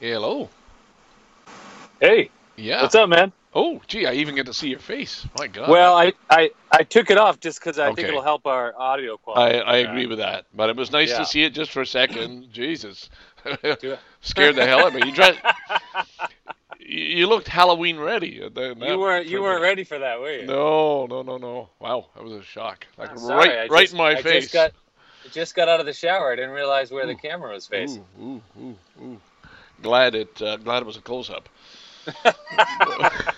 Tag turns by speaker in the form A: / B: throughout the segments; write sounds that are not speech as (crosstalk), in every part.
A: Hello.
B: Hey,
A: Yeah.
B: what's up, man?
A: Oh, gee, I even get to see your face. My God.
B: Well, I, I, I took it off just because I
A: Okay.
B: think it'll help our audio
A: I,
B: quality.
A: I agree with that, but it was nice
B: Yeah.
A: to see it just for a second. (clears throat) Jesus, (laughs)
B: Yeah.
A: scared the hell out of me. You
B: (laughs)
A: tried. You you looked Halloween ready. at the-
B: You
A: that-
B: weren't you
A: for
B: weren't
A: the-
B: ready for that, were you?
A: No, no, no, no. Wow, that was a shock. Like
B: I'm
A: right,
B: sorry, I
A: right
B: just-
A: in my
B: I just
A: face.
B: got- I just got out of the shower. I didn't realize where the
A: Ooh.
B: camera was facing.
A: Ooh, ooh, ooh, ooh. Glad it. Uh, glad it was a close
B: (laughs)
A: up.
B: Can,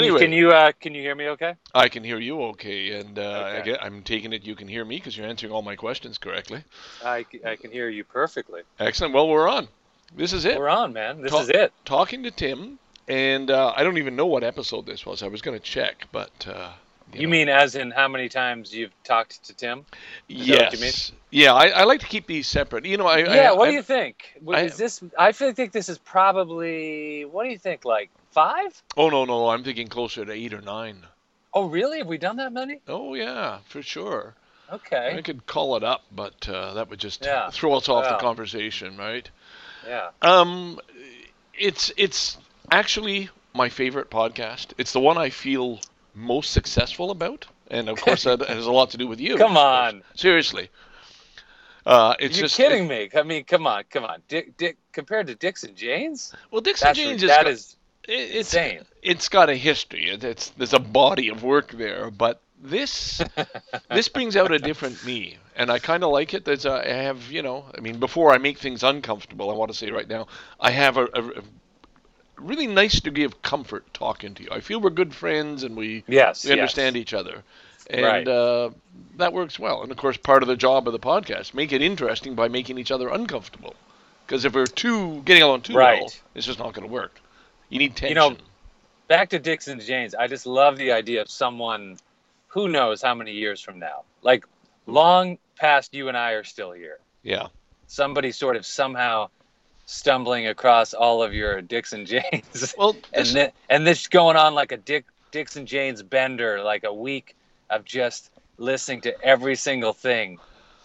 A: Anyway.
B: can you uh, can you hear me? Okay.
A: I can hear you okay, and uh, I
B: Okay.
A: get, I'm taking it you can hear me because you're answering all my questions correctly.
B: I, c- I can hear you perfectly.
A: Excellent. Well, we're on. This is it.
B: We're on, man. This
A: Talk-
B: is it.
A: talking to Tim, and uh, I don't even know what episode this was. I was going to check, but uh,
B: You
A: know.
B: mean as in how many times you've talked to Tim? is that what
A: yes?
B: you
A: Yeah, I, I like to keep these separate. You know, I
B: yeah.
A: I,
B: what
A: I,
B: do you think? What
A: I-
B: Is this? I feel- think this is probably. What do you think? Like five?
A: Oh no, no, I'm thinking closer to eight or nine.
B: Oh, really? Have we done that many?
A: Oh yeah, for sure.
B: Okay.
A: I could call it up, but uh, that would just
B: Yeah.
A: throw us off the
B: Wow.
A: conversation, right?
B: Yeah.
A: Um, it's it's actually my favorite podcast. It's the one I feel most successful about, and of course that has a lot to do with you.
B: Come on.
A: seriously. Uh, it's
B: You're
A: just
B: kidding me. I mean, come on, come on. Dick, Dick, compared to Dicks and Janes,
A: well, Dixon
B: that's
A: James
B: that
A: got-
B: is
A: it- it's
B: insane.
A: it's got a history. It, it's there's a body of work there, but
B: (laughs)
A: this this brings out a different me, and I kind of like it. There's a, I have you know, I mean, before I make things uncomfortable, I want to say right now, I have a, a, a really nice degree of comfort talking to you. I feel we're good friends and we
B: Yes,
A: we understand each other, and
B: Right.
A: uh, that works well. And of course, part of the job of the podcast make it interesting by making each other uncomfortable. Because if we're too getting along too well,
B: Right.
A: it's just not going to work. You need tension.
B: You know, Back to Dicks and Janes. I just love the idea of someone who knows how many years from now, like long past you and I are still here.
A: yeah.
B: Somebody sort of somehow stumbling across all of your Dicks and Janes, (laughs)
A: Well,
B: and
A: this,
B: thi- and this going on like a Dick Dicks and Janes bender, like a week of just listening to every single thing.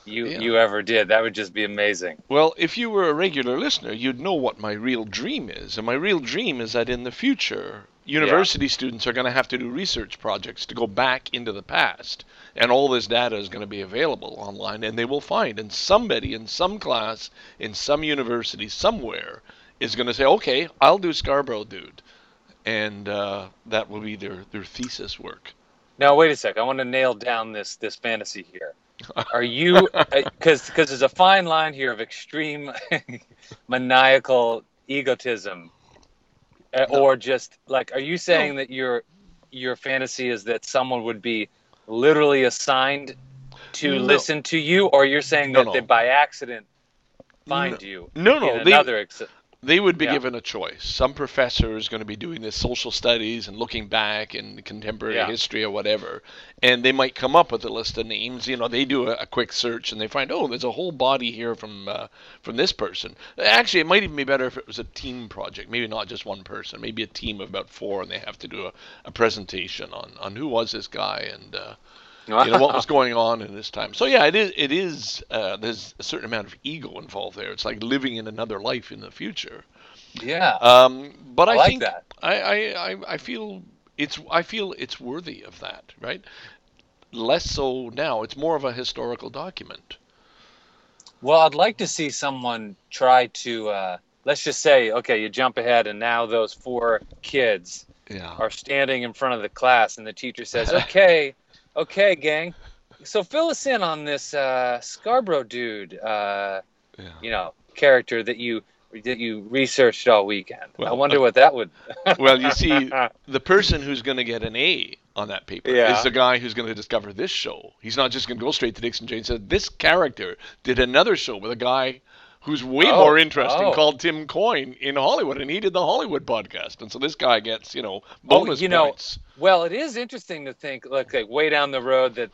B: You,
A: Yeah.
B: you ever did that would just be amazing
A: well, if you were a regular listener, you'd know what my real dream is. And my real dream is that in the future, university students are going to have to do research projects to go back into the past. And all this data is going to be available online, and they will find. And somebody in some class, in some university, somewhere, is going to say, okay, I'll do Scarborough Dude. And uh, that will be their, their thesis work.
B: Now wait a sec. I want to nail down this this fantasy
A: (laughs)
B: here. Are you because because there's a fine line here of extreme (laughs) maniacal egotism, uh, or just like are you saying that your your fantasy is that someone would be literally assigned to
A: No.
B: listen to you, or you're saying
A: No,
B: that
A: no.
B: they by accident find
A: No.
B: you?
A: No, no,
B: in
A: they-
B: another ex-
A: They would be
B: Yeah.
A: given a choice. Some professor is going to be doing this social studies and looking back and contemporary
B: Yeah.
A: history or whatever, and they might come up with a list of names. You know, they do a, a quick search and they find, oh, there's a whole body here from uh, from this person. Actually, it might even be better if it was a team project. Maybe not just one person. Maybe a team of about four, and they have to do a, a presentation on on who was this guy and. Uh, you know what
B: (laughs)
A: was going on in this time. So yeah, it is. It is. Uh, there's a certain amount of ego involved there. It's like living in another life in the future.
B: yeah.
A: Um, but I,
B: I like
A: think
B: that.
A: I, I, I, I feel it's I feel it's worthy of that, right? Less so now. It's more of a historical document.
B: Well, I'd like to see someone try to uh, let's just say, okay, you jump ahead, and now those four kids
A: Yeah.
B: are standing in front of the class, and the teacher
A: (laughs)
B: says, "Okay, okay, gang, so fill us in on this uh, Scarborough dude, uh,
A: Yeah.
B: (laughs) you know, character that you that you researched all weekend. I
A: Well, uh,
B: wonder what that would."
A: Well, you see, the person who's going to get an A on that paper
B: Yeah.
A: is the guy who's going to discover this show. He's not just going to go straight to Dixon Jane. Said this character did another show with a guy who's way
B: Oh,
A: more interesting
B: oh.
A: called Tim Coyne in Hollywood, and he did the Hollywood podcast. And so this guy gets you know
B: Oh,
A: bonus
B: you know,
A: points.
B: Well, it is interesting to think, like, like way down the road that,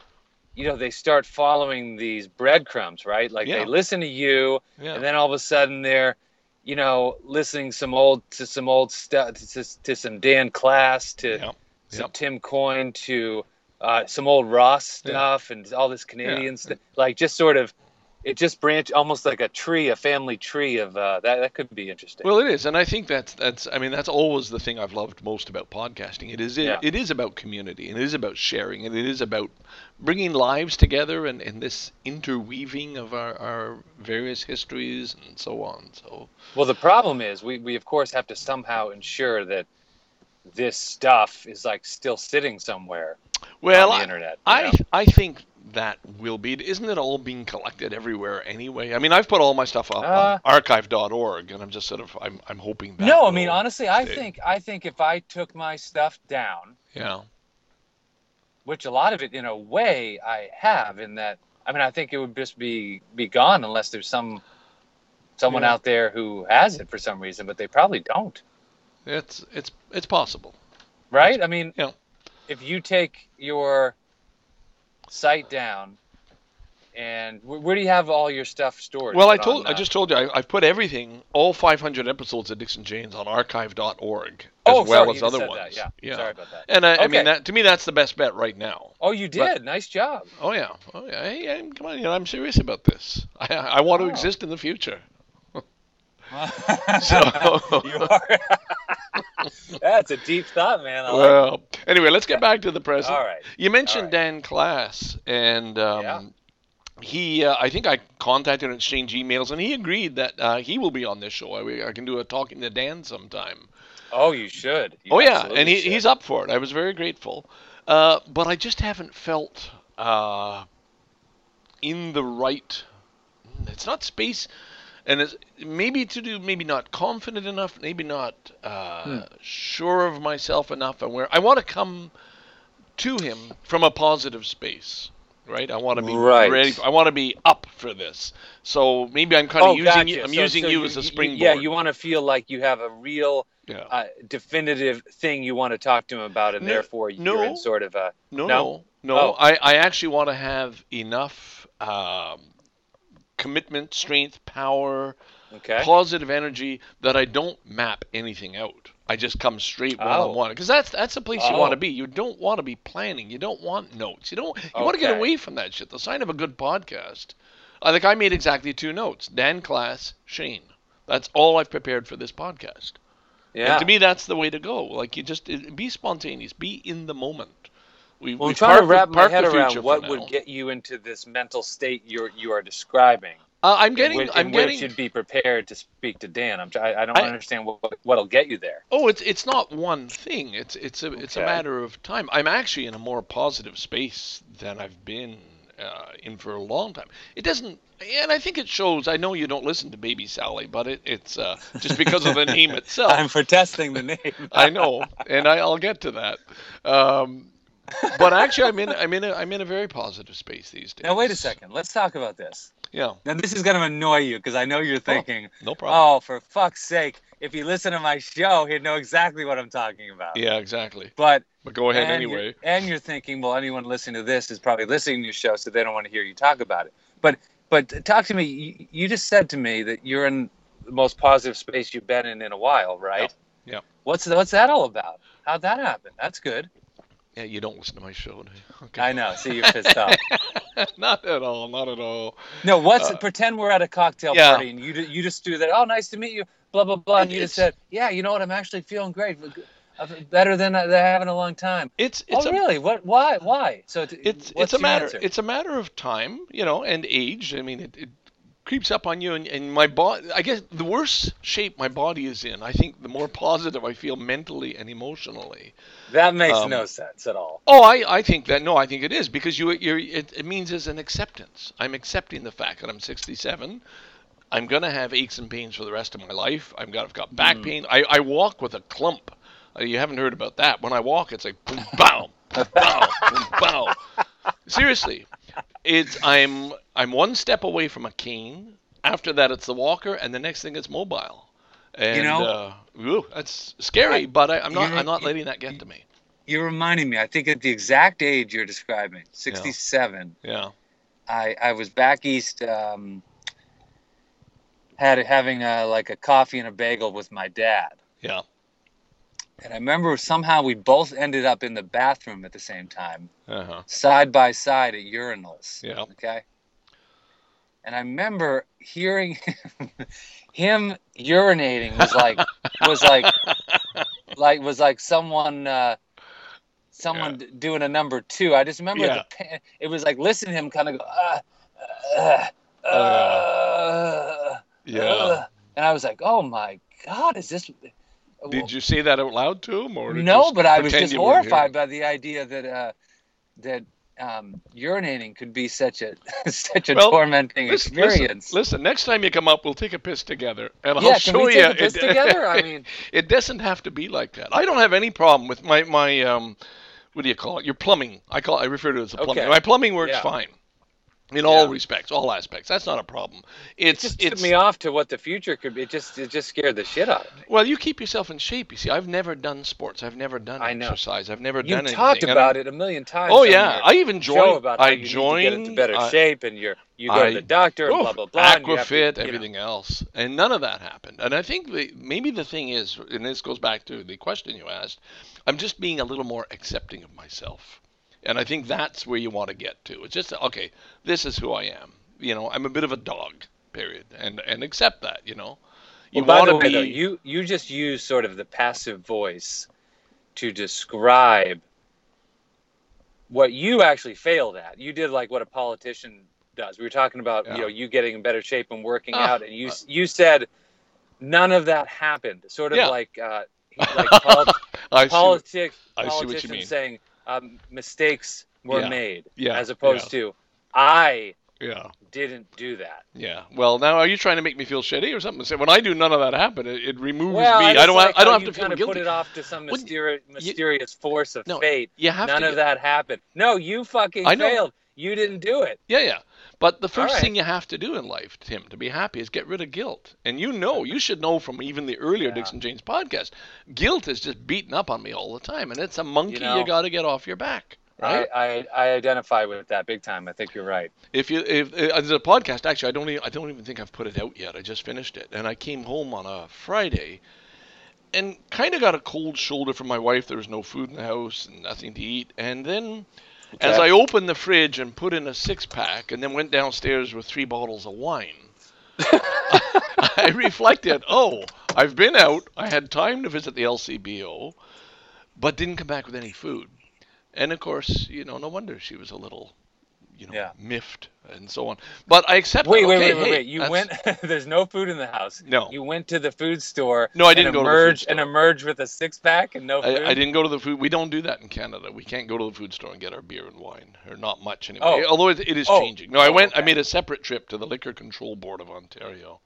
B: you know, they start following these breadcrumbs, right? Like
A: Yeah.
B: they listen to you,
A: Yeah.
B: and then all of a sudden they're, you know, listening some old to some old stuff to, to some Dan Class to
A: Yeah.
B: some
A: Yep.
B: Tim Coyne to uh, some old Ross
A: Yeah.
B: stuff and all this Canadian
A: Yeah.
B: stuff, like just sort of it just branch almost like a tree, a family tree of uh, that. That could be interesting.
A: Well, it is, and I think that's that's. I mean, that's always the thing I've loved most about podcasting. It is it,
B: Yeah.
A: it is about community, and it is about sharing, and it is about bringing lives together, and, and this interweaving of our, our various histories and so on. So
B: Well, the problem is we, we of course have to somehow ensure that this stuff is like still sitting somewhere
A: well,
B: on the
A: I,
B: internet. you
A: I
B: know?
A: I think that will be. Isn't it all being collected everywhere anyway? I mean, I've put all my stuff up
B: Uh,
A: on archive.org, and I'm just sort of I'm I'm hoping that.
B: no, I mean
A: will-
B: honestly, I
A: Sick.
B: think I think if I took my stuff down,
A: yeah,
B: which a lot of it in a way I have, in that I mean I think it would just be be gone unless there's some someone
A: Yeah.
B: out there who has it for some reason, but they probably don't.
A: it's it's it's possible.
B: right? I mean,
A: Yeah.
B: if you take your site down, and where, where do you have all your stuff stored?
A: Well, I
B: Is it
A: told
B: on,
A: I
B: uh,
A: just told you I, I've put everything, all 500 episodes of Dixon Jane's on archive.org as
B: oh,
A: well
B: sorry,
A: as
B: you just
A: other
B: said
A: ones.
B: That. Yeah. sorry about that.
A: And I, I
B: Okay.
A: mean that to me that's the best bet right now.
B: Oh, you
A: (laughs)
B: did. nice job.
A: Oh yeah, oh yeah. Hey, I'm, come on, you know, I'm serious about this. (laughs) I, I want to
B: Oh.
A: exist in the future. So-
B: (laughs) you are. That's a deep thought, man. I like
A: Well, anyway, let's get back to the
B: it.
A: present.
B: All right.
A: You mentioned
B: right.
A: Dan Class, and um,
B: Yeah.
A: he, uh, I think I contacted and exchanged emails, and he agreed that uh, he will be on this show. I, I can do a talking to Dan sometime.
B: Oh, you should. You
A: oh yeah,
B: absolutely
A: and he,
B: should.
A: he's up for it. I was very grateful, uh, but I just haven't felt uh, in the right. mm, It's not space, and it's maybe to do, maybe not confident enough, maybe not uh,
B: Hmm.
A: sure of myself enough, and where I want to come to him from a positive space. Right, I want to be
B: Right.
A: ready. I want to be up for this. So maybe I'm kind of
B: Oh,
A: using
B: gotcha.
A: you. I'm
B: So-
A: using
B: so
A: you, as a springboard.
B: Yeah, you want to feel like you have a real
A: Yeah.
B: uh, definitive thing you want to talk to him about, and
A: No-
B: therefore
A: no.
B: you're in sort of a
A: No, no,
B: No?
A: no.
B: Oh.
A: I, I actually want to have enough um, commitment, strength, power,
B: okay.
A: positive energy that I don't map anything out. I just come straight one on one because that's that's the place you want to
B: Oh.
A: be. You don't want to be planning. You don't want notes. You don't. You want to get
B: Okay.
A: away from that shit. The sign of a good podcast. I think I made exactly two notes: Dan Class, Shane. That's all I've prepared for this podcast.
B: Yeah.
A: And to me, that's the way to go. Like you just it- be spontaneous, be in the moment. We,
B: well,
A: we
B: I'm trying to
A: park the-
B: wrap my
A: park the
B: head around
A: future for
B: what
A: now.
B: would get you into this mental state you're you are describing.
A: Uh, I'm getting.
B: in which,
A: I'm
B: in
A: getting.
B: which you'd be prepared to speak to Dan. I'm. try- I, I don't
A: I-
B: understand what what'll get you there.
A: Oh, it's it's not one thing. It's it's a it's a
B: Okay.
A: matter of time. I'm actually in a more positive space than I've been uh, in for a long time. It doesn't, and I think it shows. I know you don't listen to Baby Sally, but it, it's uh, just because of the
B: (laughs)
A: name itself.
B: (laughs) I'm protesting the name. (laughs)
A: I know, and I, I'll get to that. Um, but actually, I'm in I'm in a, I'm in a very positive space these days.
B: now wait a second. Let's talk about this.
A: Yeah,
B: Now this is going to annoy you because I know
A: Oh.
B: you're thinking,
A: no problem.
B: oh, for fuck's sake! If you listen to my show, he'd know exactly what I'm talking about.
A: Yeah, exactly.
B: But
A: But go ahead
B: and
A: anyway.
B: You're, and you're thinking, well, anyone listening to this is probably listening to your show, so they don't want to hear you talk about it. But but talk to me. You, you just said to me that you're in the most positive space you've been in in a while, right?
A: Yeah, yeah.
B: What's what's that all about? How'd that happen? That's good.
A: Yeah, you don't listen to my show. do you? Okay.
B: I know. See, you're pissed off.
A: (laughs) not at all. Not at all.
B: No, what's
A: Uh,
B: pretend we're at a cocktail
A: yeah.
B: party and you ju- you just do that. Oh, nice to meet you. Blah blah blah. And
A: It-
B: you just
A: it's-
B: said, yeah, you know what? I'm actually feeling great. Uh, Better than I, than I have in a long time.
A: It's it's
B: oh,
A: a
B: really? What? Why? Why? So
A: it's
B: what's
A: it's a
B: your
A: matter
B: answer?
A: it's a matter of time, you know, and age. I mean, it, it creeps up on you, and, and my body. I guess the worse shape my body is in, I think the more positive I feel mentally and emotionally.
B: That makes
A: Um,
B: no sense at all.
A: Oh, I, I think that no, I think it is because you you're, it, it means it's an acceptance. I'm accepting the fact that I'm 67. I'm gonna have aches and pains for the rest of my life. I've got I've got back
B: Hmm.
A: pain. I, I walk with a clump. Uh, you haven't heard about that. When I walk, it's like boom, bow, boom, bow, boom, bow. Seriously, it's I'm I'm one step away from a cane. After that, it's the walker, and the next thing, it's mobile. And,
B: know-
A: uh, ooh, that's scary.
B: I-
A: but I, I'm not
B: you know,
A: I'm not
B: you-
A: letting that get to me.
B: You're reminding me. I think at the exact age you're describing, 67,
A: Yeah.
B: I, I was back east, um, had having a, like a coffee and a bagel with my dad,
A: Yeah.
B: and I remember somehow we both ended up in the bathroom at the same time,
A: Uh huh.
B: side by side at urinals.
A: Yeah.
B: Okay. and I remember hearing (laughs) him urinating was like was like like was like someone uh, someone d- doing a number two. I just remember
A: Yeah. Oh,
B: the pa- it was like listening to him kind of go ah, ah, ah,
A: Yeah.
B: ah," and I was like, oh my god, is this?
A: Did you say that out loud to him, or did you
B: no,
A: just
B: but I was
A: pretend
B: just
A: you weren't
B: horrified by the idea that uh, that um, urinating could be such a (laughs) such a
A: Well,
B: tormenting
A: hearing it? Listen,
B: experience.
A: Listen, listen, next time you come up, we'll take a piss together, and
B: yeah,
A: I'll
B: can
A: show
B: we
A: you.
B: take a
A: (laughs)
B: piss together? I mean,
A: It doesn't have to be like that. I don't have any problem with my my um, what do you call it? Your plumbing. I call I refer to it as a plumbing.
B: Okay.
A: My plumbing works
B: Yeah.
A: fine, in all
B: Yeah.
A: respects, all aspects. That's not a problem. It's
B: just took
A: it's
B: me off to what the future could be. It just it just scared the shit out of me.
A: well, you keep yourself in shape. You see, I've never done sports. I've never done
B: I know.
A: exercise. I've never
B: You
A: done anything.
B: talked
A: And-
B: about it a million times.
A: Oh
B: on
A: yeah,
B: your
A: I even
B: show
A: joined.
B: about how
A: I
B: you need
A: joined.
B: to get into better
A: I-
B: shape, and you're you go
A: I-
B: to the doctor and
A: Oh,
B: blah blah blah. and you have to,
A: Aquafit,
B: you know.
A: everything else, and none of that happened. And I think the, maybe the thing is, and this goes back to the question you asked, I'm just being a little more accepting of myself, and I think that's where you want to get to. It's just okay, this is who I am. You know, I'm a bit of a dog. Period, and and accept that. You know, you
B: Well, by the
A: wanna
B: way, though,
A: be-
B: you you just use sort of the passive voice to describe what you actually failed at. You did like what a politician does. We were talking about
A: Yeah.
B: you know you getting in better shape and working
A: Ah,
B: out, and you you said none of that happened. Sort of
A: Yeah.
B: like
A: (laughs)
B: uh, like polit-
A: I see what-
B: politics
A: I see what you
B: politicians
A: mean.
B: saying um, mistakes were
A: Yeah.
B: made,
A: Yeah.
B: as opposed to I
A: yeah.
B: didn't do that.
A: Yeah. Well, now are you trying to make me feel shitty or something? So When I do none of that happen, it, it removes
B: Well,
A: me. I
B: just
A: don't.
B: like
A: I don't
B: how
A: have
B: you
A: to feel
B: kind of
A: guilty.
B: Put it off to some
A: Wouldn't-
B: mysterious, mysterious force of
A: No,
B: fate.
A: you have
B: None
A: to.
B: of that happened. No, you fucking
A: I know.
B: failed. You didn't do it.
A: Yeah, yeah. But the first
B: right.
A: thing you have to do in life, Tim, to be happy is get rid of guilt. And you know, you should know from even the earlier
B: Yeah.
A: Dixon James podcast, guilt is just beating up on me all the time. And it's a monkey you,
B: know-
A: got to get off your back. Right?
B: I, I, I identify with that big time. I think you're right.
A: If you if uh, there's a podcast actually I don't even, I don't even think I've put it out yet. I just finished it and I came home on a Friday and kind of got a cold shoulder from my wife. There was no food in the house and nothing to eat. And then as I
B: Okay.
A: opened the fridge and put in a six pack and then went downstairs with three bottles of wine, (laughs) I reflected, oh, I've been out. I had time to visit the LCBO, but didn't come back with any food. And of course, you know, no wonder she was a little, you know,
B: Yeah.
A: miffed and so on. But I accept.
B: Wait,
A: okay,
B: wait, wait, wait,
A: hey,
B: wait. You
A: that's-
B: went. (laughs) there's no food in the house.
A: No.
B: You went to the food store.
A: No, I didn't
B: and
A: go to the food
B: emerge,
A: store.
B: And emerge with a six pack and no food.
A: I, I didn't go to the food. We don't do that in Canada. We can't go to the food store and get our beer and wine, or not much anyway.
B: Oh.
A: Although it, it is
B: Oh.
A: changing. No, I
B: Oh,
A: went. I
B: okay.
A: made a separate trip to the Liquor Control Board of Ontario.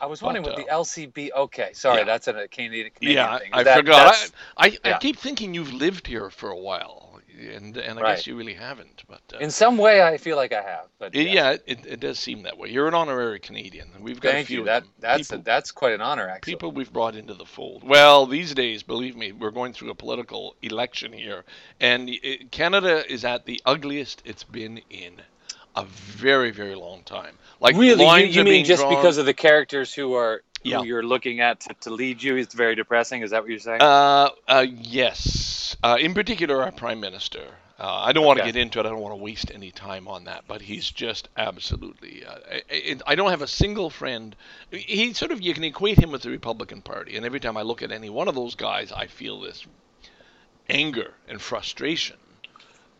B: I was wondering
A: But,
B: what the
A: uh,
B: LCB. Okay, sorry,
A: yeah.
B: that's a Canadian, Canadian
A: Yeah,
B: thing.
A: I
B: That-
A: forgot.
B: that's-
A: I, I, I
B: yeah.
A: keep thinking you've lived here for a while, and and I guess
B: Right.
A: you really haven't. But uh,
B: In some way, I feel like I have. But
A: it, yeah, it, it does seem that way. You're an honorary Canadian. We've got a
B: Thank
A: few
B: you.
A: of
B: That
A: them.
B: that's
A: people,
B: that's quite an honor, actually.
A: people we've brought into the fold. Well, these days, believe me, we're going through a political election here, and it, Canada is at the ugliest it's been in a very very long time. Like
B: really, you,
A: lines
B: you
A: are
B: mean
A: being
B: just
A: drawn.
B: because of the characters who are
A: Yeah.
B: who you're looking at to, to lead you is very depressing. Is that what you're saying?
A: Uh, uh, yes. Uh, in particular, our prime minister. Uh, I don't want to
B: Okay.
A: get into it. I don't want to waste any time on that. But he's just absolutely. Uh, I- I, I don't have a single friend. He sort of you can equate him with the Republican Party, and every time I look at any one of those guys, I feel this anger and frustration.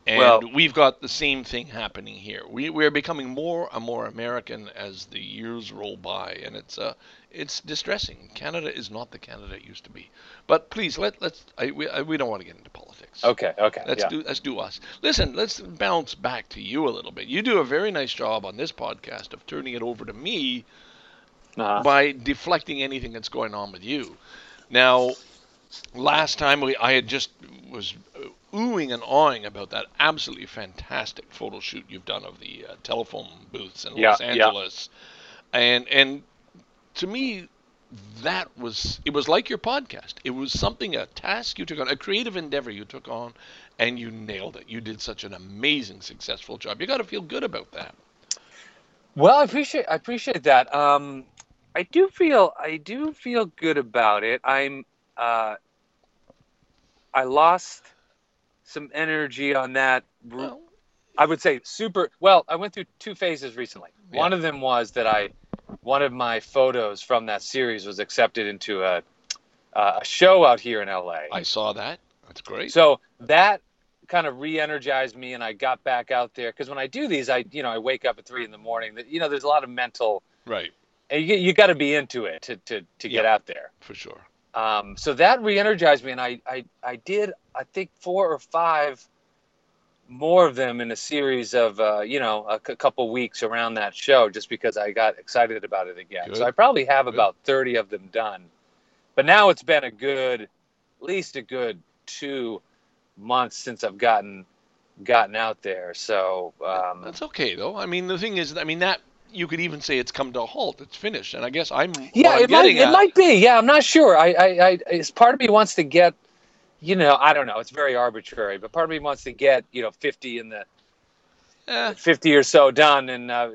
A: And
B: Well-
A: we've got the same thing happening here. We we are becoming more and more American as the years roll by, and it's uh it's distressing. Canada is not the Canada it used to be. But please let let's I, we I, we don't want to get into politics.
B: okay, okay,
A: Let's
B: yeah.
A: do let's do us. Listen, let's bounce back to you a little bit. You do a very nice job on this podcast of turning it over to me
B: Uh-huh.
A: by deflecting anything that's going on with you. Now, last time we, I had just was oohing and awing about that absolutely fantastic photo shoot you've done of the uh, telephone booths in
B: Yeah,
A: Los
B: yeah.
A: Angeles, and and to me that was it was like your podcast it was something a task you took on a creative endeavor you took on and you nailed it you did such an amazing successful job you got to feel good about that
B: Well, I appreciate I appreciate that. Um, I do feel I do feel good about it. I'm uh, I lost some energy on that r-
A: Oh. Well,
B: I would say super. Well, I went through two phases recently.
A: Yeah.
B: One of them was that I, one of my photos from that series was accepted into a, uh, a show out here in LA.
A: I saw that. That's great.
B: So that kind of re-energized me, and I got back out there because when I do these, I you know I wake up at three in the morning. That you know there's a lot of mental,
A: right,
B: and you, you got to be into it to to, to get
A: Yeah.
B: out there.
A: for sure.
B: Um, so that re-energized me, and I, I I did I think four or five more of them in a series of uh, you know a c- couple weeks around that show, just because I got excited about it again.
A: Good.
B: So I probably have
A: Good.
B: about thirty of them done, but now it's been a good, at least a good two months since I've gotten gotten out there. So um,
A: That's okay though. I mean, the thing is, I mean that you could even say it's come to a halt. It's finished, and I guess I'm.
B: yeah,
A: what I'm
B: it might
A: getting
B: it
A: at-
B: might be. Yeah, I'm not sure. I, I, I, it's part of me wants to get, you know, I don't know. It's very arbitrary, but part of me wants to get, you know, 50 in the
A: eh,
B: 50 or so done, and uh,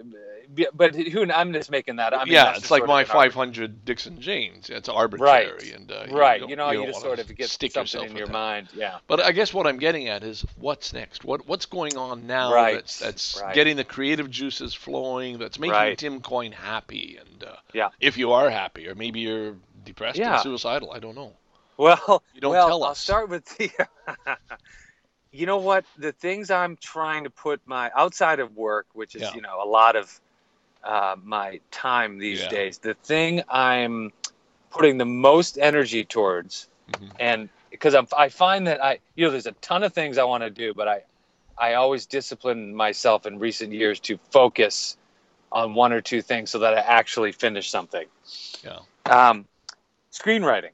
B: be- but who? kn- I'm just making that. I mean,
A: yeah,
B: that's
A: it's
B: just
A: like
B: sort
A: my
B: of an arbit-
A: 500 Dixon James. It's arbitrary, and uh,
B: Right,
A: don't-
B: you know, you,
A: don't
B: just
A: wanna
B: sort of get
A: stick
B: something
A: yourself
B: in
A: with
B: your
A: that.
B: mind. Yeah, (laughs)
A: But I guess what I'm getting at is what's next. What what's going on now
B: Right,
A: that's that's
B: right.
A: getting the creative juices flowing. That's making
B: Right.
A: Tim Coyne happy, and uh,
B: Yeah.
A: if you are happy, or maybe you're depressed
B: Yeah.
A: and suicidal. I don't know.
B: Well,
A: You don't
B: well,
A: tell
B: I'll
A: us.
B: start with the. (laughs) you know what? The things I'm trying to put my outside of work, which is
A: Yeah.
B: you know a lot of uh, my time these
A: Yeah.
B: days. The thing I'm putting the most energy towards,
A: Mhm.
B: and because I'm, I find that I you know there's a ton of things I want to do, but I I always discipline myself in recent years to focus on one or two things so that I actually finish something.
A: Yeah.
B: Um, screenwriting.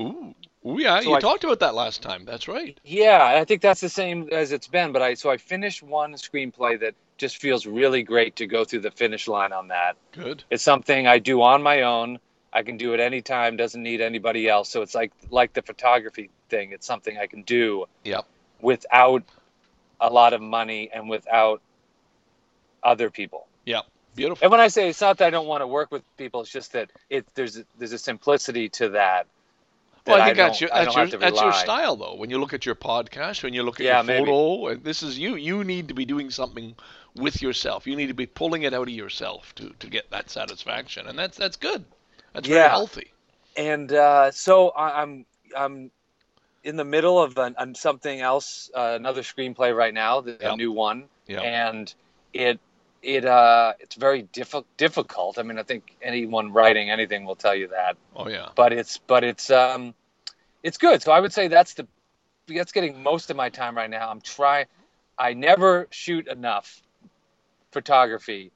A: Ooh, Ooh yeah,
B: So
A: you
B: I-
A: talked about that last time. That's right.
B: Yeah, and I think that's the same as it's been. But I so I finished one screenplay that just feels really great to go through the finish line on that.
A: Good.
B: It's something I do on my own. I can do it anytime, doesn't need anybody else. So it's like like the photography thing. It's something I can do
A: Yep.
B: without a lot of money and without other people.
A: Beautiful.
B: And when I say it's not that I don't want to work with people, it's just that it there's there's a simplicity to that.
A: Well,
B: that
A: I think
B: don't-
A: that's your
B: I don't
A: that's your
B: have to
A: that's your
B: rely.
A: style though. When you look at your podcast, when you look at
B: Yeah,
A: your
B: maybe.
A: photo, and this is you. You need to be doing something with yourself. You need to be pulling it out of yourself to to get that satisfaction, and that's that's good. That's very
B: Yeah.
A: healthy.
B: and uh, so I, I'm I'm in the middle of an, an something else, uh, another screenplay right now, the,
A: Yeah.
B: a new one,
A: Yeah.
B: and it it uh, it's very diffi- difficult. I mean, I think anyone writing anything will tell you that,
A: Oh yeah.
B: but it's but it's um, it's good. So I would say that's the that's getting most of my time right now. I'm trying. I never shoot enough photography.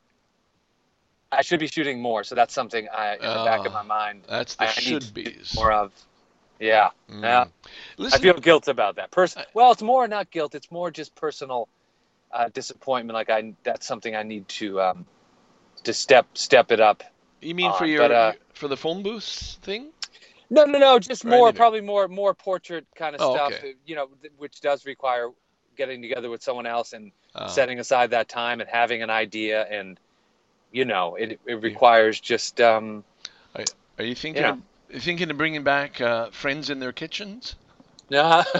B: I should be shooting more, so that's something I in the back of
A: Ah.
B: my mind
A: That's the
B: I need
A: should
B: to do
A: be's.
B: more of. Yeah,
A: Mm.
B: yeah. I
A: Listen,
B: feel guilt about that. Person.
A: I-
B: Well, it's more not guilt. It's more just personal uh, disappointment. Like I, that's something I need to um, to step step it up.
A: you mean for
B: on,
A: your
B: but, uh,
A: for the phone booth thing?
B: No, no, no. Just
A: Or
B: more,
A: anything.
B: probably more, more portrait kind of
A: Oh,
B: stuff.
A: okay.
B: You know, th- which does require getting together with someone else and
A: Uh,
B: setting aside that time and having an idea and you know it, it requires just um
A: are you thinking
B: yeah.
A: of, you thinking of bringing back uh, friends in their kitchens?
B: No, (laughs)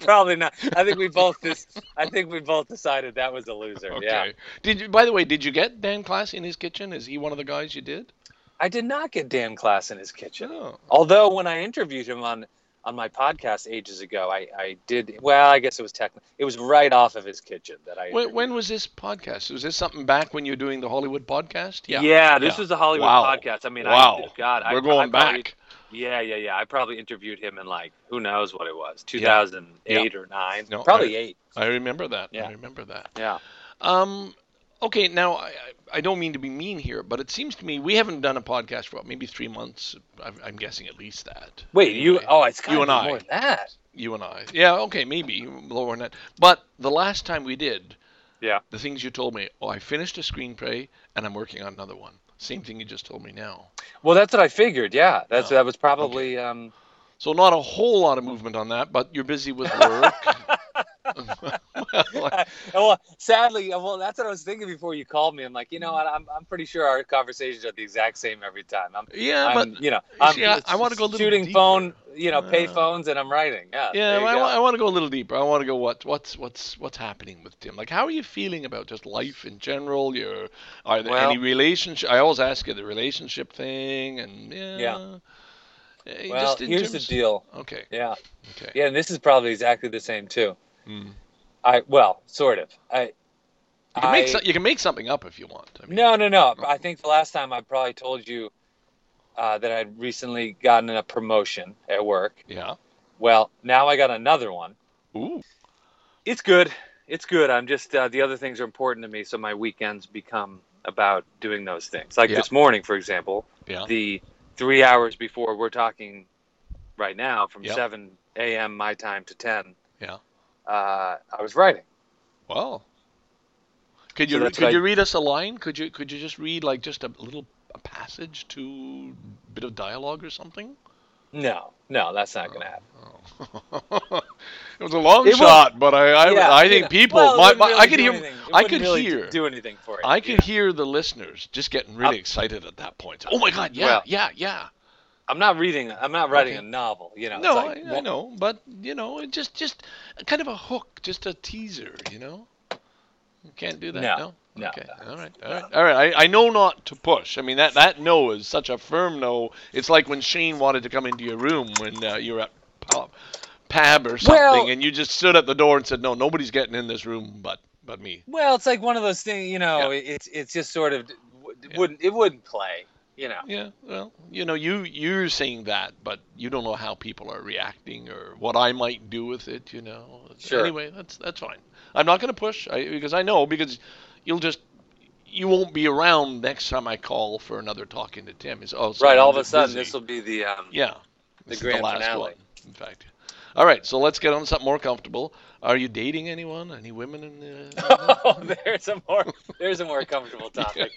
B: probably not. I think we both just. I think we both decided that was a loser.
A: Okay.
B: Yeah,
A: Did you? By the way, did you get Dan Class in his kitchen? Is he one of the guys you did?
B: I did not get Dan Class in his kitchen.
A: Oh.
B: Although when I interviewed him on on my podcast ages ago, I I did. Well, I guess it was technical. It was right off of his kitchen that
A: When,
B: I. interviewed.
A: when was this podcast? Was this something back when you were doing the Hollywood podcast?
B: yeah,
A: Yeah.
B: this
A: yeah.
B: was a Hollywood
A: Wow.
B: podcast. I mean,
A: Wow.
B: I, God, I-
A: We're
B: I
A: going
B: probably-
A: back.
B: yeah, yeah, yeah. I probably interviewed him in like who knows what it was, two thousand eight or nine,
A: No,
B: probably eight.
A: I remember that.
B: Yeah.
A: I remember that.
B: Yeah.
A: Um, okay, now I, I- I don't mean to be mean here, but it seems to me we haven't done a podcast for what, maybe three months. I'm, I'm guessing at least that.
B: Wait, you?
A: Anyway,
B: Oh, it's gotta
A: You and
B: be
A: I.
B: more than that.
A: you and I. Yeah, okay, maybe lower net. But the last time we did,
B: Yeah.
A: the things you told me. Oh, I finished a screenplay and I'm working on another one. Same thing you just told me now.
B: Well, that's what I figured. Yeah, that's
A: Oh,
B: that was probably. Um, (laughs)
A: So not a whole lot of movement on that, but you're busy with work. (laughs)
B: I- well, sadly, uh, well, that's what I was thinking before you called me. I'm like, you know, what, I'm I'm pretty sure our conversations are the exact same every time. I'm,
A: yeah, but
B: I'm uh, you know, I'm
A: see, I- I wanna go a little
B: shooting
A: deeper.
B: phone, you know, pay
A: Yeah.
B: phones, and I'm writing. Yeah,
A: yeah,
B: there you
A: I,
B: go.
A: want to go a little deeper. I want to go what what's what's what's happening with Tim. Like, how are you feeling about just life in general? Your are there
B: Well-
A: any relationship? I always ask you the relationship thing, and yeah, Uh,
B: well,
A: just in
B: here's
A: terms-
B: the deal.
A: Okay,
B: Yeah,
A: okay,
B: yeah, and this is probably exactly the same too.
A: Mm. You
B: I well, sort of. I.
A: can make
B: I-
A: so- you can make something up if you want. I mean, Oh.
B: No, no, no. I think the last time I probably told you uh, that I'd recently gotten a promotion at work.
A: Yeah.
B: Well, now I got another one.
A: Ooh.
B: It's good. It's good. I'm just uh, the other things are important to me, so my weekends become about doing those things. Like
A: Yeah.
B: this morning, for example,
A: Yeah.
B: the three hours before we're talking right now, from
A: Yeah.
B: seven a.m. my time to ten.
A: Yeah.
B: Uh, I was writing.
A: Well, could
B: So
A: you
B: that's
A: could
B: what I-
A: you read us a line? Could you could you just read like just a little a passage to a bit of dialogue or
B: (laughs)
A: something?
B: No, no, that's not gonna happen.
A: Oh. it was a long
B: It was-
A: shot, but I I,
B: Yeah,
A: I
B: you
A: think
B: know,
A: people
B: well, it
A: my,
B: wouldn't
A: my, I
B: really
A: could
B: do
A: hear
B: anything. It
A: I
B: wouldn't
A: could
B: really
A: hear
B: do anything for it.
A: I could
B: yeah. Uh,
A: hear the listeners just getting really excited at that point. Oh my god, yeah,
B: Well,
A: yeah, yeah.
B: I'm not reading. I'm not writing
A: Okay.
B: a novel. You know.
A: No,
B: it's like,
A: I, I know, but you know, it just just kind of a hook, just a teaser, you know. You can't do that.
B: No,
A: No.
B: no,
A: okay.
B: no,
A: all right. All right. All right. I, I know not to push. I mean that that no is such a firm no. It's like when Shane wanted to come into your room when uh, you were at pub, pab or something,
B: Well-
A: and you just stood at the door and said, "No, nobody's getting in this room but but me."
B: Well, it's like one of those things. You know, it's it's just sort of w-
A: Yeah.
B: wouldn't it wouldn't play. You know.
A: Yeah. Well, you know, you you're saying that, but you don't know how people are reacting or what I might do with it. You know.
B: Sure.
A: Anyway, that's that's fine. I'm not going to push I, because I know because you'll just you won't be around next time I call for another talking to Tim. It's oh, so
B: Right.
A: I'm
B: All of a
A: busy.
B: sudden, this will be the. Um,
A: yeah
B: the
A: this is
B: grand
A: last
B: finale.
A: one. In fact. All right, so let's get on to something more comfortable. Are you dating anyone? Any women in the?
B: (laughs) (laughs) Oh,
A: (laughs)
B: there's a more there's a more (laughs) comfortable topic.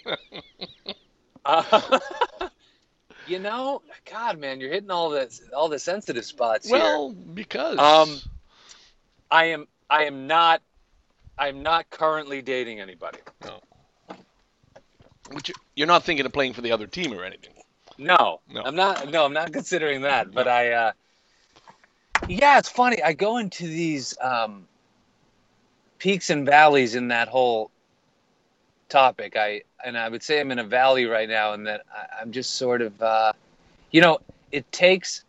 B: Uh, (laughs) you know, God, man, you're hitting all the all the sensitive spots here.
A: well, because
B: Um, I am I am not I'm not currently dating anybody.
A: which you- you're not thinking of playing for the other team or anything.
B: No,
A: No.
B: I'm not. No, I'm not (laughs) considering that. But I, uh, yeah, it's funny. I go into these um, peaks and valleys in that whole topic. I and I would say I'm in a valley right now, and that I, I'm just sort of, uh, you know, it takes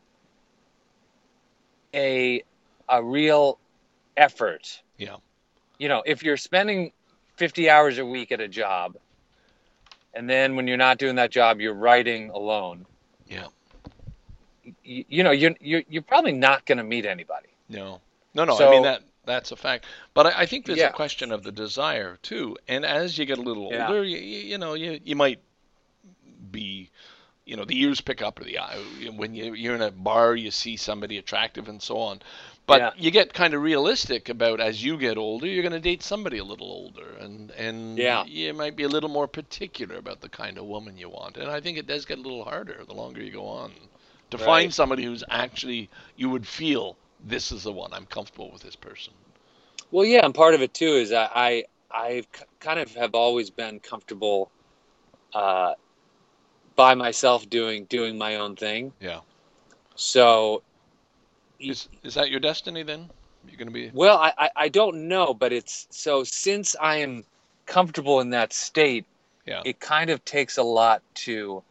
B: a a real effort.
A: Yeah.
B: You know, if you're spending 50 hours a week at a job, and then when you're not doing that job, you're writing alone
A: Yeah.
B: you, you know you're, you're you're probably not going to meet anybody
A: No, no, no. I
B: So-
A: mean that that's a fact. But I, I think there's
B: Yeah.
A: a question of the desire too. And as you get a little
B: Yeah.
A: older, you, you you know you you might be, you know, the ears pick up or the eye. When you you're in a bar, you see somebody attractive and so on. But
B: Yeah.
A: you get kind of realistic about as you get older, you're going to date somebody a little older, and and
B: Yeah.
A: you might be a little more particular about the kind of woman you want. And I think it does get a little harder the longer you go on to
B: Right.
A: find somebody who's actually you would feel this is the one I'm comfortable with this person.
B: well yeah and part of it too is i i i kind of have always been comfortable uh by myself doing doing my own thing
A: Yeah.
B: so y-
A: Is is that your destiny then? You're going to be
B: well I, I i don't know but it's so since i am comfortable in that state
A: Yeah.
B: it kind of takes a lot to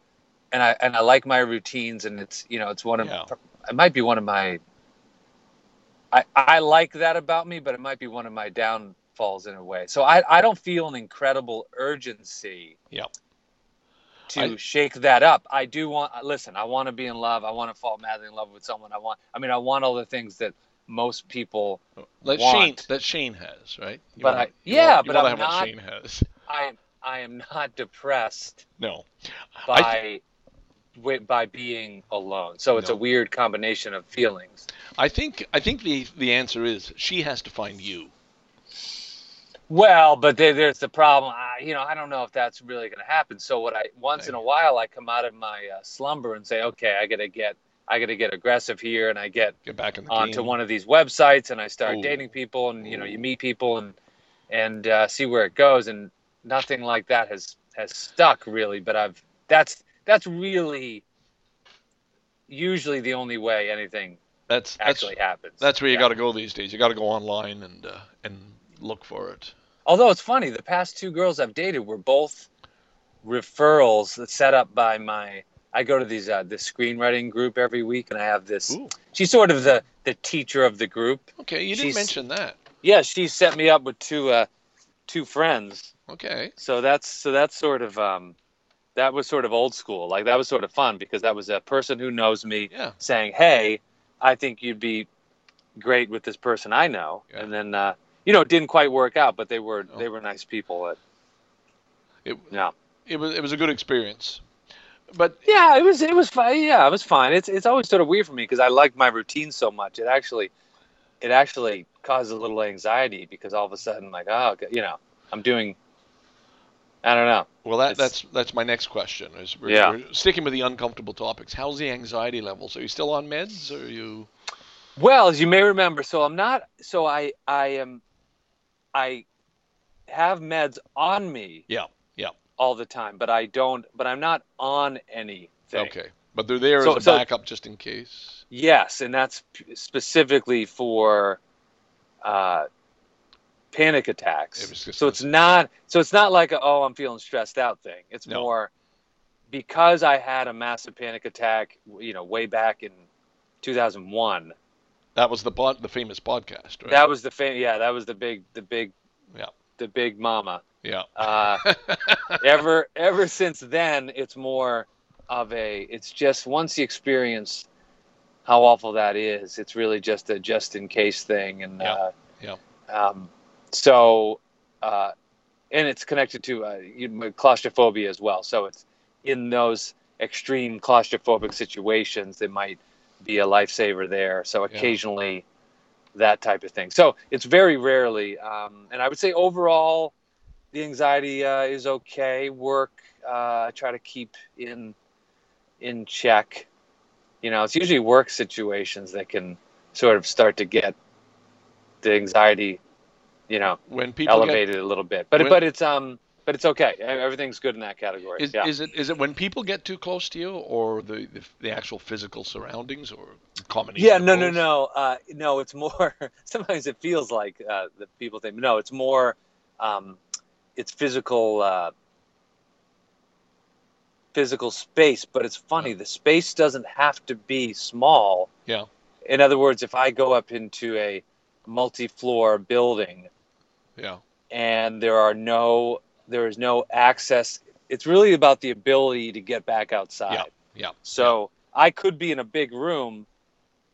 B: and i and i like my routines and it's you know it's one of
A: Yeah.
B: it might be one of my I, I like that about me, but it might be one of my downfalls in a way. So I, I don't feel an incredible urgency
A: Yep.
B: to
A: I-
B: shake that up. I do want listen, I want to be in love. I want to fall madly in love with someone. I want I mean I want all the things that most people
A: that Shane
B: want.
A: that Shane has, right? You
B: But
A: wanna-
B: I-
A: you
B: yeah,
A: wanna- you
B: but
A: wanna
B: I'm
A: have what
B: not-
A: Shane has. (laughs)
B: I am I am not depressed
A: No. I
B: by
A: th-
B: wi- by being alone. So it's
A: No.
B: a weird combination of feelings.
A: I think I think the the answer is she has to find you.
B: Well, but there, there's the problem. I, you know, I don't know if that's really going to happen. So what I once in a while I come out of my uh, slumber and say, okay, I got to get I got to get aggressive here, and I get
A: Get back in the
B: onto
A: game.
B: one of these websites and I start
A: Ooh.
B: dating people and you know you meet people and and uh, see where it goes and nothing like that has has stuck really but I've that's that's really usually the only way anything
A: That's that's
B: actually happens
A: that's where you
B: Yeah.
A: got to go these days. You got to go online and uh, and look for it.
B: although it's funny the past two girls I've dated were both referrals that set up by my I go to these uh, this screenwriting group every week and I have this
A: Ooh,
B: she's sort of the the teacher of the group
A: okay. You
B: She's-
A: didn't mention that.
B: yeah she set me up with two uh two friends
A: Okay.
B: so that's so that's sort of um that was sort of old school like that was sort of fun because that was a person who knows me
A: Yeah.
B: saying hey i think you'd be great with this person i know
A: Yeah.
B: and then uh you know it didn't quite work out but they were
A: No.
B: they were nice people that,
A: It
B: yeah
A: it was it was a good experience, but
B: yeah it was it was fine yeah it was fine it's it's always sort of weird for me because i like my routine so much it actually it actually causes a little anxiety because all of a sudden like oh okay, you know i'm doing i don't know
A: well that,
B: It's-
A: that's that's my next question. Is we're,
B: Yeah.
A: we're sticking with the uncomfortable topics. How's the anxiety levels? Are you still on meds? Or are you?
B: Well, as you may remember, so I'm not. So I I am I have meds on me.
A: Yeah, yeah.
B: All the time, but I don't. But I'm not on anything.
A: Okay, but they're there
B: So-
A: as a
B: so-
A: backup just in case.
B: Yes, and that's p- specifically for uh, panic
A: It
B: attacks.
A: was just-
B: So it's not. So it's not like a, oh, I'm feeling stressed out thing. It's
A: No.
B: more because I had a massive panic attack. You know, way back in 2001.
A: That was the pod, the famous podcast, right?
B: That was the fam- yeah, that was the big the big
A: Yeah.
B: the big mama.
A: yeah. (laughs)
B: Uh, ever ever since then, it's more of a it's just once you experience how awful that is, it's really just a just in case thing and
A: Yeah.
B: uh,
A: Yeah.
B: Um, so uh, and it's connected to uh, you- claustrophobia as well. So it's in those extreme claustrophobic situations, it might be a lifesaver there. So
A: Yeah.
B: occasionally that type of thing. So it's very rarely, um, and I would say overall, the anxiety uh, is okay. Work, uh, I try to keep in in check. You know, it's usually work situations that can sort of start to get the anxiety, you know,
A: When people get
B: elevated a little bit. But
A: When-
B: but it's um but it's okay. E- Everything's good in that category.
A: Is,
B: yeah.
A: is it is it when people get too close to you, or the the, the actual physical surroundings, or a combination?
B: Yeah,
A: of
B: no, no,
A: both?
B: no. Uh, no, it's more. (laughs) Sometimes it feels like uh, the people think. No, it's more. Um, it's physical. Uh, physical space, but it's funny. The space doesn't have to be small.
A: Yeah.
B: In other words, if I go up into a multi-floor building
A: Yeah,
B: and there are no, there is no access. It's really about the ability to get back outside.
A: yeah,
B: So I could be in a big room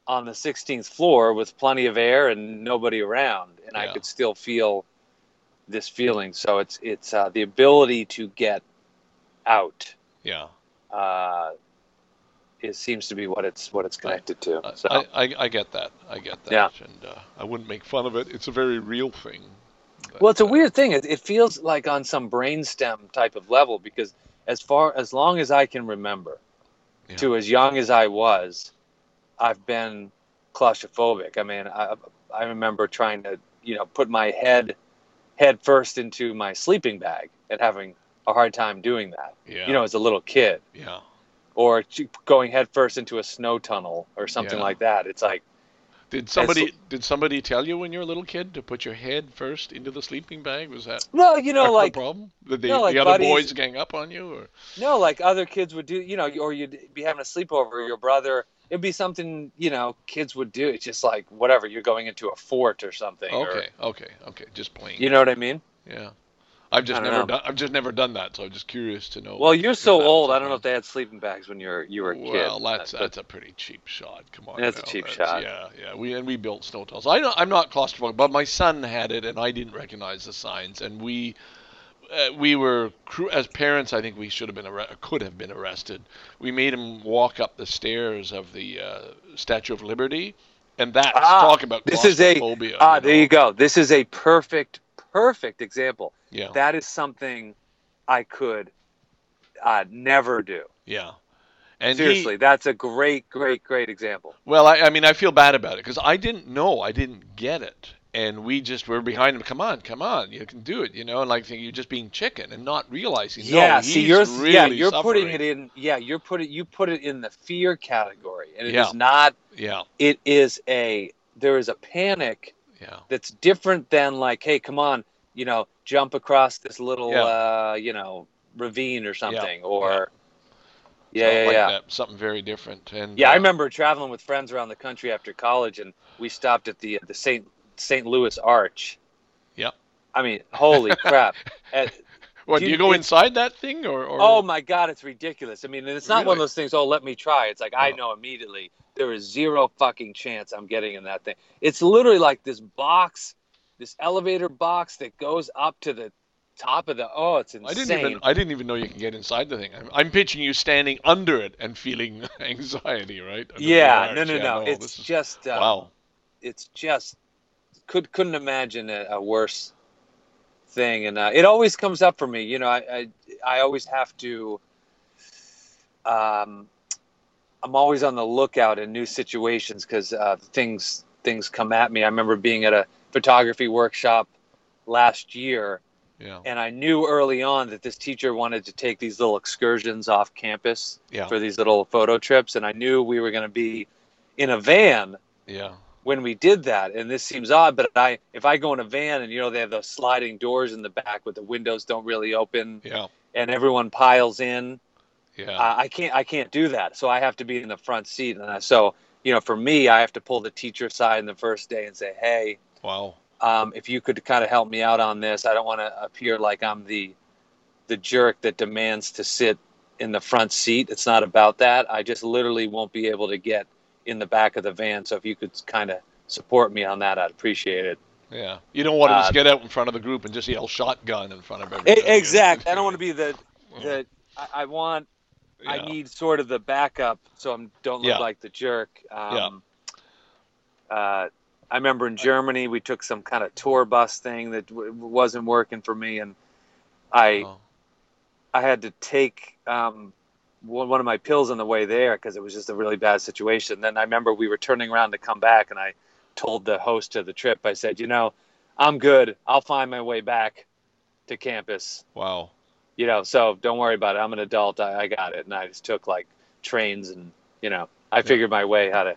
B: on the 16th floor with plenty of air and nobody around, and
A: Yeah.
B: I could still feel this feeling. So it's it's uh, the ability to get out
A: yeah.
B: uh, it seems to be what it's what it's connected
A: I-
B: to. So
A: Uh, I, I I get that. I get that.
B: Yeah.
A: And uh, I wouldn't make fun of it. It's a very real thing. But,
B: well, it's a
A: uh,
B: weird thing. It, it feels like on some brainstem type of level because as far as long as I can remember,
A: Yeah.
B: to as young as I was, I've been claustrophobic. I mean, I, I remember trying to, you know, put my head head first into my sleeping bag and having a hard time doing that.
A: uh, Yeah.
B: You know, as a little kid,
A: Yeah.
B: or ch- going head first into a snow tunnel or something
A: Yeah.
B: like that. It's like,
A: Did somebody did somebody tell you when you were a little kid to put your head first into the sleeping bag? Was that
B: well, you
A: (laughs) a
B: know, like
A: problem? Did the,
B: no, like
A: the other
B: buddies-
A: boys gang up on you? Or
B: No, like other kids would do, you know, or you'd be having a sleepover, your brother. It'd be something, you know, kids would do. It's just like whatever, you're going into a fort or something. or-
A: okay, okay, okay. Just playing.
B: you know what I mean?
A: yeah. I've just
B: I don't
A: never
B: know.
A: done. I've just never done that, so I'm just curious to know.
B: Well, you're
A: if
B: so
A: that was
B: old.
A: a
B: I don't know
A: thing.
B: if they had sleeping bags when you were you were a kid.
A: Well, that's
B: But-
A: that's a pretty cheap shot. Come on,
B: That's a
A: now,
B: cheap shot.
A: Yeah, yeah. We and we built snow tunnels. I don't, I'm not claustrophobic, but my son had it, and I didn't recognize the signs. And we uh, we were cru- as parents. I think we should have been arre- could have been arrested. We made him walk up the stairs of the uh, Statue of Liberty, and that's
B: Ah,
A: talk about
B: this is a-
A: claustrophobia,
B: ah,
A: you
B: there
A: know?
B: you go. This is a perfect perfect example.
A: Yeah,
B: That is something I could uh, never do.
A: yeah. And he-
B: Seriously, that's a great, great, great example.
A: Well, I, I mean, I feel bad about it because I didn't know, I didn't get it, and we just were behind him. Come on, come on, you can do it, you know. And like think you're just being chicken and not realizing. no,
B: yeah, see,
A: he's
B: you're
A: really
B: yeah, you're putting
A: suffering.
B: it in yeah, you're putting you put it in the fear category, and it is
A: Yeah.
B: not.
A: Yeah,
B: It is a there is a panic
A: yeah,
B: that's different than like, hey, come on, you know, jump across this little uh, you know ravine or something, or yeah,
A: Something
B: yeah, yeah.
A: like
B: yeah.
A: that, Something very different. And
B: Yeah, I
A: uh,
B: remember traveling with friends around the country after college, and we stopped at the the Saint Saint Louis Arch.
A: Yep.
B: I mean, holy
A: (laughs)
B: crap! At-
A: What do
B: dude,
A: you go
B: it-
A: inside that thing or? or
B: oh my God, it's ridiculous. I mean, and it's not one
A: Really?
B: of those things. Oh, let me try. It's like I
A: No.
B: know immediately there is zero fucking chance I'm getting in that thing. It's literally like this box, this elevator box that goes up to the top of the. Oh, it's insane.
A: I didn't even I didn't even know you can get inside the thing. I'm, I'm picturing you standing under it and feeling (laughs) anxiety, right? Under the
B: yeah,
A: arch.
B: no, no,
A: Yeah,
B: no.
A: this
B: It's
A: is-
B: just uh,
A: wow.
B: it's just could couldn't imagine a, a worse thing and uh, it always comes up for me you know I, I i always have to um i'm always on the lookout in new situations because uh things things come at me i remember being at a photography workshop last year
A: Yeah,
B: and i knew early on that this teacher wanted to take these little excursions off campus
A: Yeah.
B: for these little photo trips and i knew we were going to be in a van
A: yeah,
B: when we did that and this seems odd but i if i go in a van and you know they have those sliding doors in the back but the windows don't really open
A: yeah,
B: and everyone piles in
A: yeah.
B: I, I can't i can't do that so i have to be in the front seat and I, so you know for me i have to pull the teacher aside in the first day and say hey
A: wow.
B: um, if you could kind of help me out on this i don't want to appear like i'm the the jerk that demands to sit in the front seat it's not about that i just literally won't be able to get in the back of the van so if you could kind of support me on that i'd appreciate it
A: Yeah, you don't want to
B: Uh, E-,
A: just get out in front of the group and just yell shotgun in front of everybody.
B: Exactly. i don't want to
A: (laughs)
B: be the the i, I want i need sort of the backup so i don't look
A: Yeah.
B: like the jerk um, uh, i remember in germany we took some kind of tour bus thing that w- wasn't working for me and i
A: Oh,
B: I had to take um, one one of my pills on the way there because it was just a really bad situation. Then I remember we were turning around to come back, and I told the host of the trip, I said, "You know, I'm good. I'll find my way back to campus.
A: Wow.
B: You know, so don't worry about it. I'm an adult. I, I got it." And I just took like trains, and you know, I figured my way how to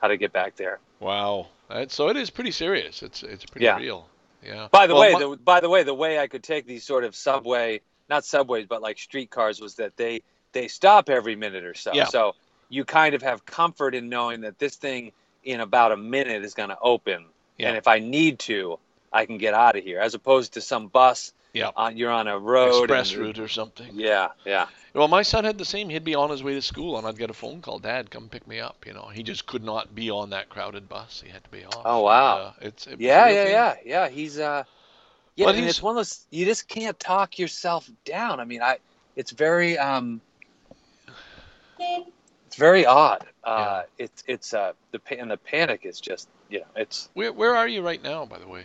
B: how to get back there.
A: Wow. That's, so it is pretty serious. It's it's pretty
B: Yeah.
A: real. Yeah.
B: By the
A: Well,
B: way,
A: my-
B: the, by the way, the way I could take these sort of subway, not subways, but like streetcars, was that they they stop every minute or so.
A: Yeah.
B: So you kind of have comfort in knowing that this thing in about a minute is going to open,
A: Yeah.
B: and if I need to, I can get out of here. As opposed to some bus,
A: Yeah.
B: on you're on a road,
A: express
B: and-
A: route or something.
B: Yeah, yeah,
A: Well, my son had the same. He'd be on his way to school, and I'd get a phone call, "Dad, come pick me up." You know, he just could not be on that crowded bus. He had to be off.
B: Oh, wow.
A: Uh, it's it was a
B: yeah,
A: real
B: yeah,
A: thing.
B: yeah, yeah. He's uh, yeah,
A: But
B: and
A: he's-
B: it's one of those you just can't talk yourself down. I mean, I it's very um, it's very odd. Uh, It's it's uh the pa- and the panic is just you know it's
A: Where where are you right now, by the way?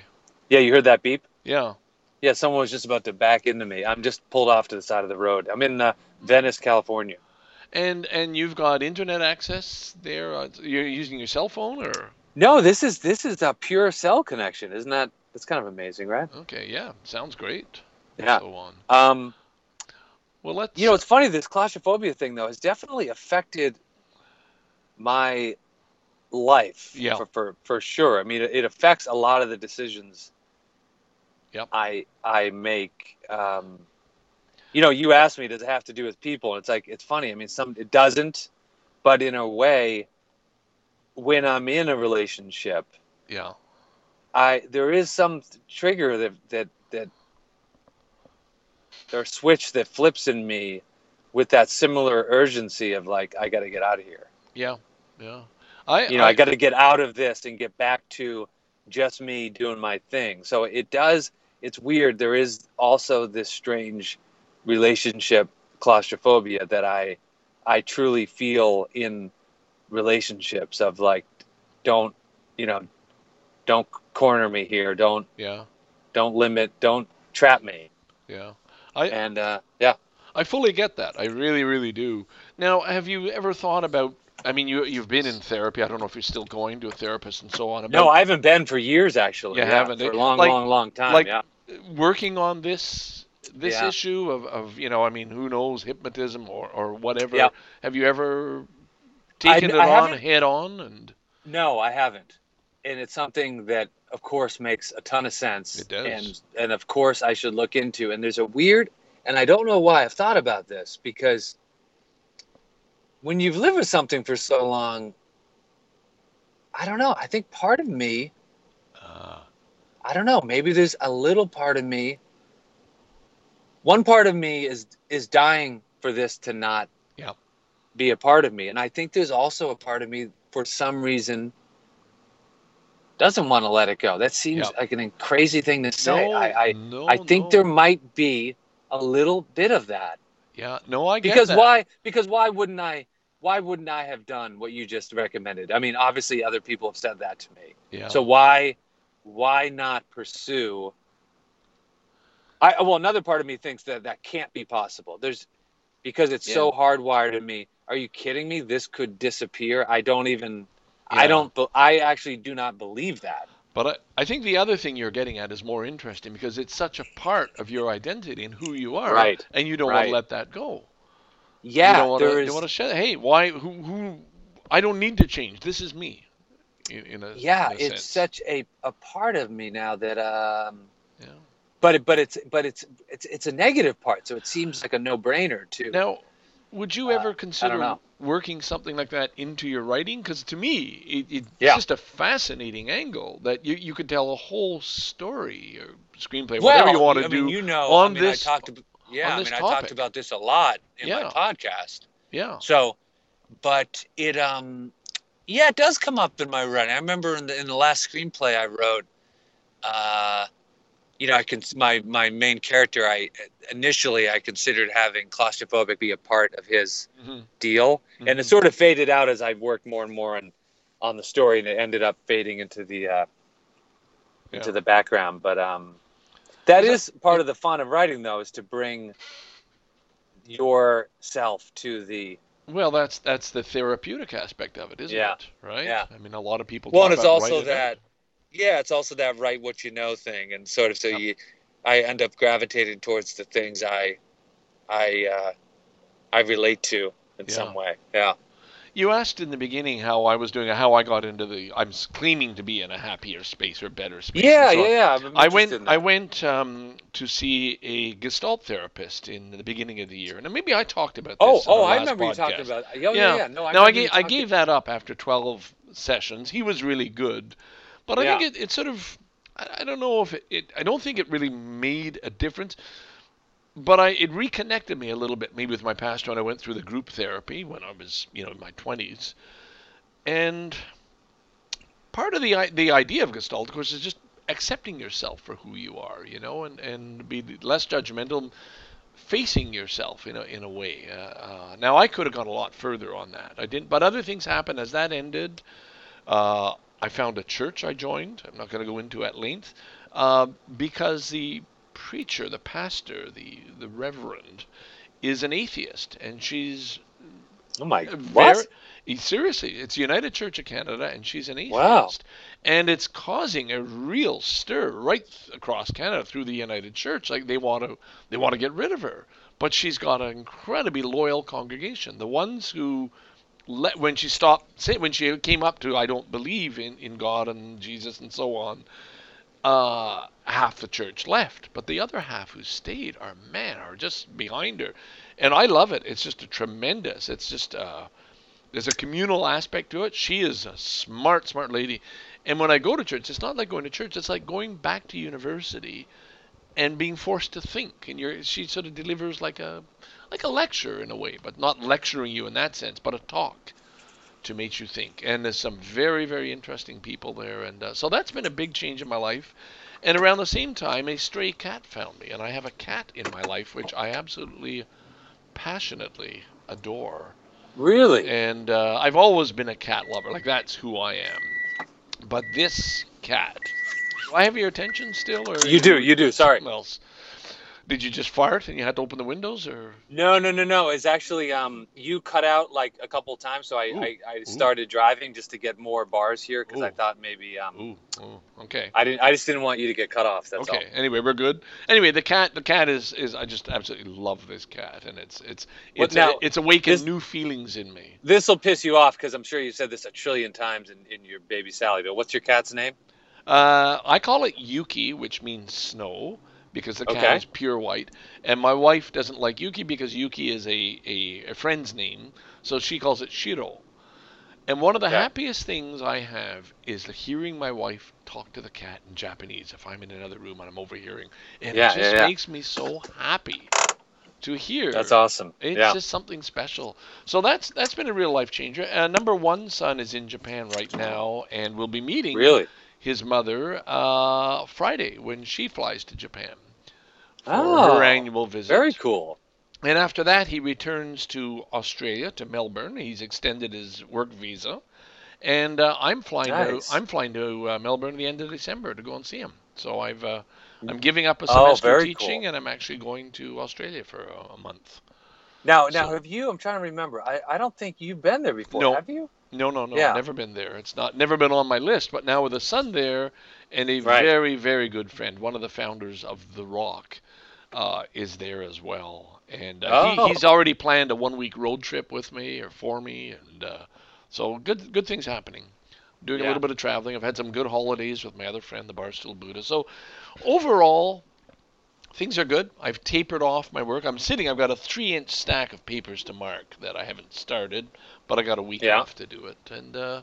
B: yeah you heard that beep
A: Yeah.
B: yeah someone was just about to back into me. I'm just pulled off to the side of the road. I'm in uh, Venice, California.
A: And and you've got internet access there. Uh, You're using your cell phone, or
B: No, this is this is a pure cell connection, isn't that? That's kind of amazing, right?
A: okay, yeah, sounds great. and
B: Yeah.
A: So on.
B: Um,
A: Well, let's.
B: you know, it's funny. This claustrophobia thing though has definitely affected my life
A: Yeah.
B: for, for for sure. I mean, it, it affects a lot of the decisions
A: Yep.
B: I I make. Um, you know, you asked me, does it have to do with people? And it's like it's funny. I mean, some it doesn't, but in a way, when I'm in a relationship,
A: yeah.
B: I there is some trigger that that that or switch that flips in me with that similar urgency of like I got to get out of here.
A: Yeah, yeah. I,
B: You know,
A: I,
B: I, got to get out of this and get back to just me doing my thing. So it does. It's weird. There is also this strange relationship claustrophobia that I I truly feel in relationships of like don't you know don't corner me here don't
A: yeah,
B: don't limit don't trap me
A: yeah. I
B: and uh yeah
A: I fully get that. I really, really do. Now, have you ever thought about? I mean, you you've been in therapy. I don't know if you're still going to a therapist and so on. About
B: No, I haven't been for years actually.
A: You
B: yeah,
A: haven't,
B: for
A: eh?
B: a long,
A: Like-
B: long, long time.
A: like-
B: yeah,
A: working on this this
B: Yeah.
A: issue of, of you know, I mean, who knows hypnotism or or whatever.
B: Yeah.
A: Have you ever
B: I-
A: taken
B: I
A: it on
B: haven't-
A: head on and
B: no, I haven't, and it's something that, of course, makes a ton of sense.
A: It does.
B: and and of course I should look into. And there's a weird, and I don't know why I've thought about this because when you've lived with something for so long, I don't know. I think part of me
A: uh,
B: I don't know. Maybe there's a little part of me. One part of me is is dying for this to not
A: Yeah.
B: be a part of me, and I think there's also a part of me for some reason doesn't want to let it go. That seems
A: Yeah.
B: like an crazy thing to say.
A: no,
B: I I,
A: no,
B: I think
A: no.
B: there might be a little bit of that
A: Yeah, no, I get
B: because
A: that.
B: why because why wouldn't I why wouldn't I have done what you just recommended? I mean, obviously other people have said that to me.
A: Yeah.
B: So why why not pursue? I well, another part of me thinks that that can't be possible. There's because it's so hardwired in me. Are you kidding me? This could disappear. I don't even. I
A: Yeah.
B: don't. be- I actually do not believe that.
A: But I, I think the other thing you're getting at is more interesting because it's such a part of your identity and who you are,
B: Right.
A: and you don't want
B: Right.
A: to let that go. you
B: Yeah,
A: don't want
B: there
A: to.
B: is.
A: You want to shed. Hey, why? Who? Who? I don't need to change. This is me. In, in a, in
B: yeah,
A: a
B: it's
A: sense.
B: such a a part of me now that um.
A: Yeah.
B: But it, but it's but it's it's it's a negative part, so it seems like a no brainer too.
A: Now, would you
B: Uh,
A: ever consider
B: know.
A: working something like that into your writing? Because to me, it, it's
B: Yeah.
A: just a fascinating angle that you, you could tell a whole story or screenplay,
B: well,
A: whatever you want to
B: I
A: do.
B: mean, you know,
A: on
B: I mean,
A: this-
B: I talked, ab- yeah,
A: on
B: I
A: this
B: mean, I
A: topic.
B: talked about this a lot in
A: Yeah.
B: my podcast.
A: yeah.
B: So, but it, um, yeah, it does come up in my run. I remember in the in the last screenplay I wrote, uh, you know, I can my my main character. I initially I considered having claustrophobic be a part of his
A: Mhm.
B: deal, and it
A: Mhm.
B: sort of faded out as I worked more and more on on the story, and it ended up fading into the uh, into
A: Yeah.
B: the background. But um, that
A: Is
B: is part of the fun of writing, though, is to bring yourself to the
A: Well, that's that's the therapeutic aspect of it, isn't
B: Yeah.
A: it? Right.
B: Yeah.
A: I mean, a lot of people.
B: well.
A: talk
B: And it's
A: about write
B: also
A: it out.
B: that, yeah, it's also that write what you know thing, and sort of so
A: Yeah.
B: you, I end up gravitating towards the things I, I, uh, I relate to in
A: Yeah.
B: some way. Yeah,
A: You asked in the beginning how I was doing, how I got into the. I'm s- claiming to be in a happier space or better space. and
B: yeah,
A: so on.
B: yeah, yeah. I'm
A: I
B: interested
A: went.
B: in that.
A: I went um, to see a Gestalt therapist in the beginning of the year, and maybe I talked about this.
B: Oh,
A: in
B: oh,
A: our
B: I
A: last
B: remember you
A: podcast.
B: talking about. Oh, yeah,
A: Yeah.
B: yeah. No, I
A: now I
B: remember you
A: gave, I
B: talking-
A: gave that up after 12 sessions. He was really good, but I think it, it sort of I, I don't know if it, it I don't think it really made a difference. But I it reconnected me a little bit maybe with my past when I went through the group therapy when I was you know in my 20s, and part of the i- the idea of Gestalt, of course, is just accepting yourself for who you are, you know, and and be less judgmental, facing yourself in a in a way. Uh, uh, now I could have gone a lot further on that. I didn't, but other things happened as that ended. Uh, I found a church I joined. I'm not going to go into at length uh, because the preacher, the pastor, the the reverend, is an atheist, and she's
B: Oh my,
A: very-
B: what?
A: e- seriously, it's United Church of Canada, and she's an atheist.
B: Wow.
A: And it's causing a real stir right th- across Canada through the United Church. Like they want to, they want to get rid of her. But she's got an incredibly loyal congregation. The ones who, let, when she stopped, say, when she came up to, I don't believe in in God and Jesus and so on. Uh, half the church left, but the other half who stayed are man are just behind her, and I love it. It's just a tremendous. It's just uh, there's a communal aspect to it. She is a smart, smart lady. And when I go to church, it's not like going to church. It's like going back to university and being forced to think. And you're, she sort of delivers like a like a lecture in a way, but not lecturing you in that sense, but a talk to make you think. And there's some very, very interesting people there. And uh, so that's been a big change in my life. And around the same time, a stray cat found me, and I have a cat in my life which I absolutely, passionately adore
B: Really?
A: and uh, I've always been a cat lover. Like that's who I am. But this cat, do I have your attention still, or
B: You do, you do. Sorry.
A: something else? Did you just fart and you had to open the windows, or
B: No, no, no, no. It's actually um, you cut out like a couple times, so
A: Ooh.
B: I, I, I started driving just to get more bars here because I
A: Ooh.
B: thought maybe um,
A: ooh, ooh okay.
B: I didn't. I just didn't want you to get cut off. That's
A: okay. Anyway, we're good. Anyway, the cat, the cat is is I just absolutely love this cat, and it's it's
B: Well,
A: it's
B: now,
A: it's awakened
B: this-
A: new feelings in me.
B: all. This will piss you off because I'm sure you said this a trillion times in, in your baby Sally. But what's your cat's name?
A: Uh, I call it Yuki, which means snow, because the cat
B: Okay.
A: is pure white. And my wife doesn't like Yuki because Yuki is a, a, a friend's name, so she calls it Shiro. And one of the
B: Okay.
A: happiest things I have is the hearing my wife talk to the cat in Japanese if I'm in another room and I'm overhearing. And
B: Yeah,
A: it
B: yeah,
A: just
B: yeah.
A: makes me so happy to hear.
B: That's awesome.
A: It's
B: yeah.
A: just something special. So that's that's been a real life changer. Uh, number one son is in Japan right now, and we'll be meeting
B: Really?
A: his mother uh, Friday when she flies to Japan for
B: Oh,
A: her annual visit.
B: very cool.
A: And after that, he returns to Australia to Melbourne. He's extended his work visa, and uh, I'm flying.
B: Nice.
A: To, I'm flying to uh, Melbourne at the end of December to go and see him. So I've uh, I'm giving up a
B: Oh,
A: semester
B: very
A: teaching,
B: cool.
A: and I'm actually going to Australia for a, a month.
B: Now, now,
A: So-
B: have you? I'm trying to remember. I, I don't think you've been there before.
A: No.
B: Have you?
A: No, no, no.
B: Yeah.
A: Never been there. It's not never been on my list. But now with a son there, and a
B: Right.
A: very, very good friend, one of the founders of The Rock, uh, is there as well. And uh,
B: Oh.
A: he, he's already planned a one-week road trip with me or for me, and uh, so good, good things happening. Doing a
B: Yeah.
A: little bit of traveling. I've had some good holidays with my other friend, the Barstool Buddha. So overall, things are good. I've tapered off my work. I'm sitting. I've got a three-inch stack of papers to mark that I haven't started, but I got a week
B: Yeah.
A: off to do it. And uh,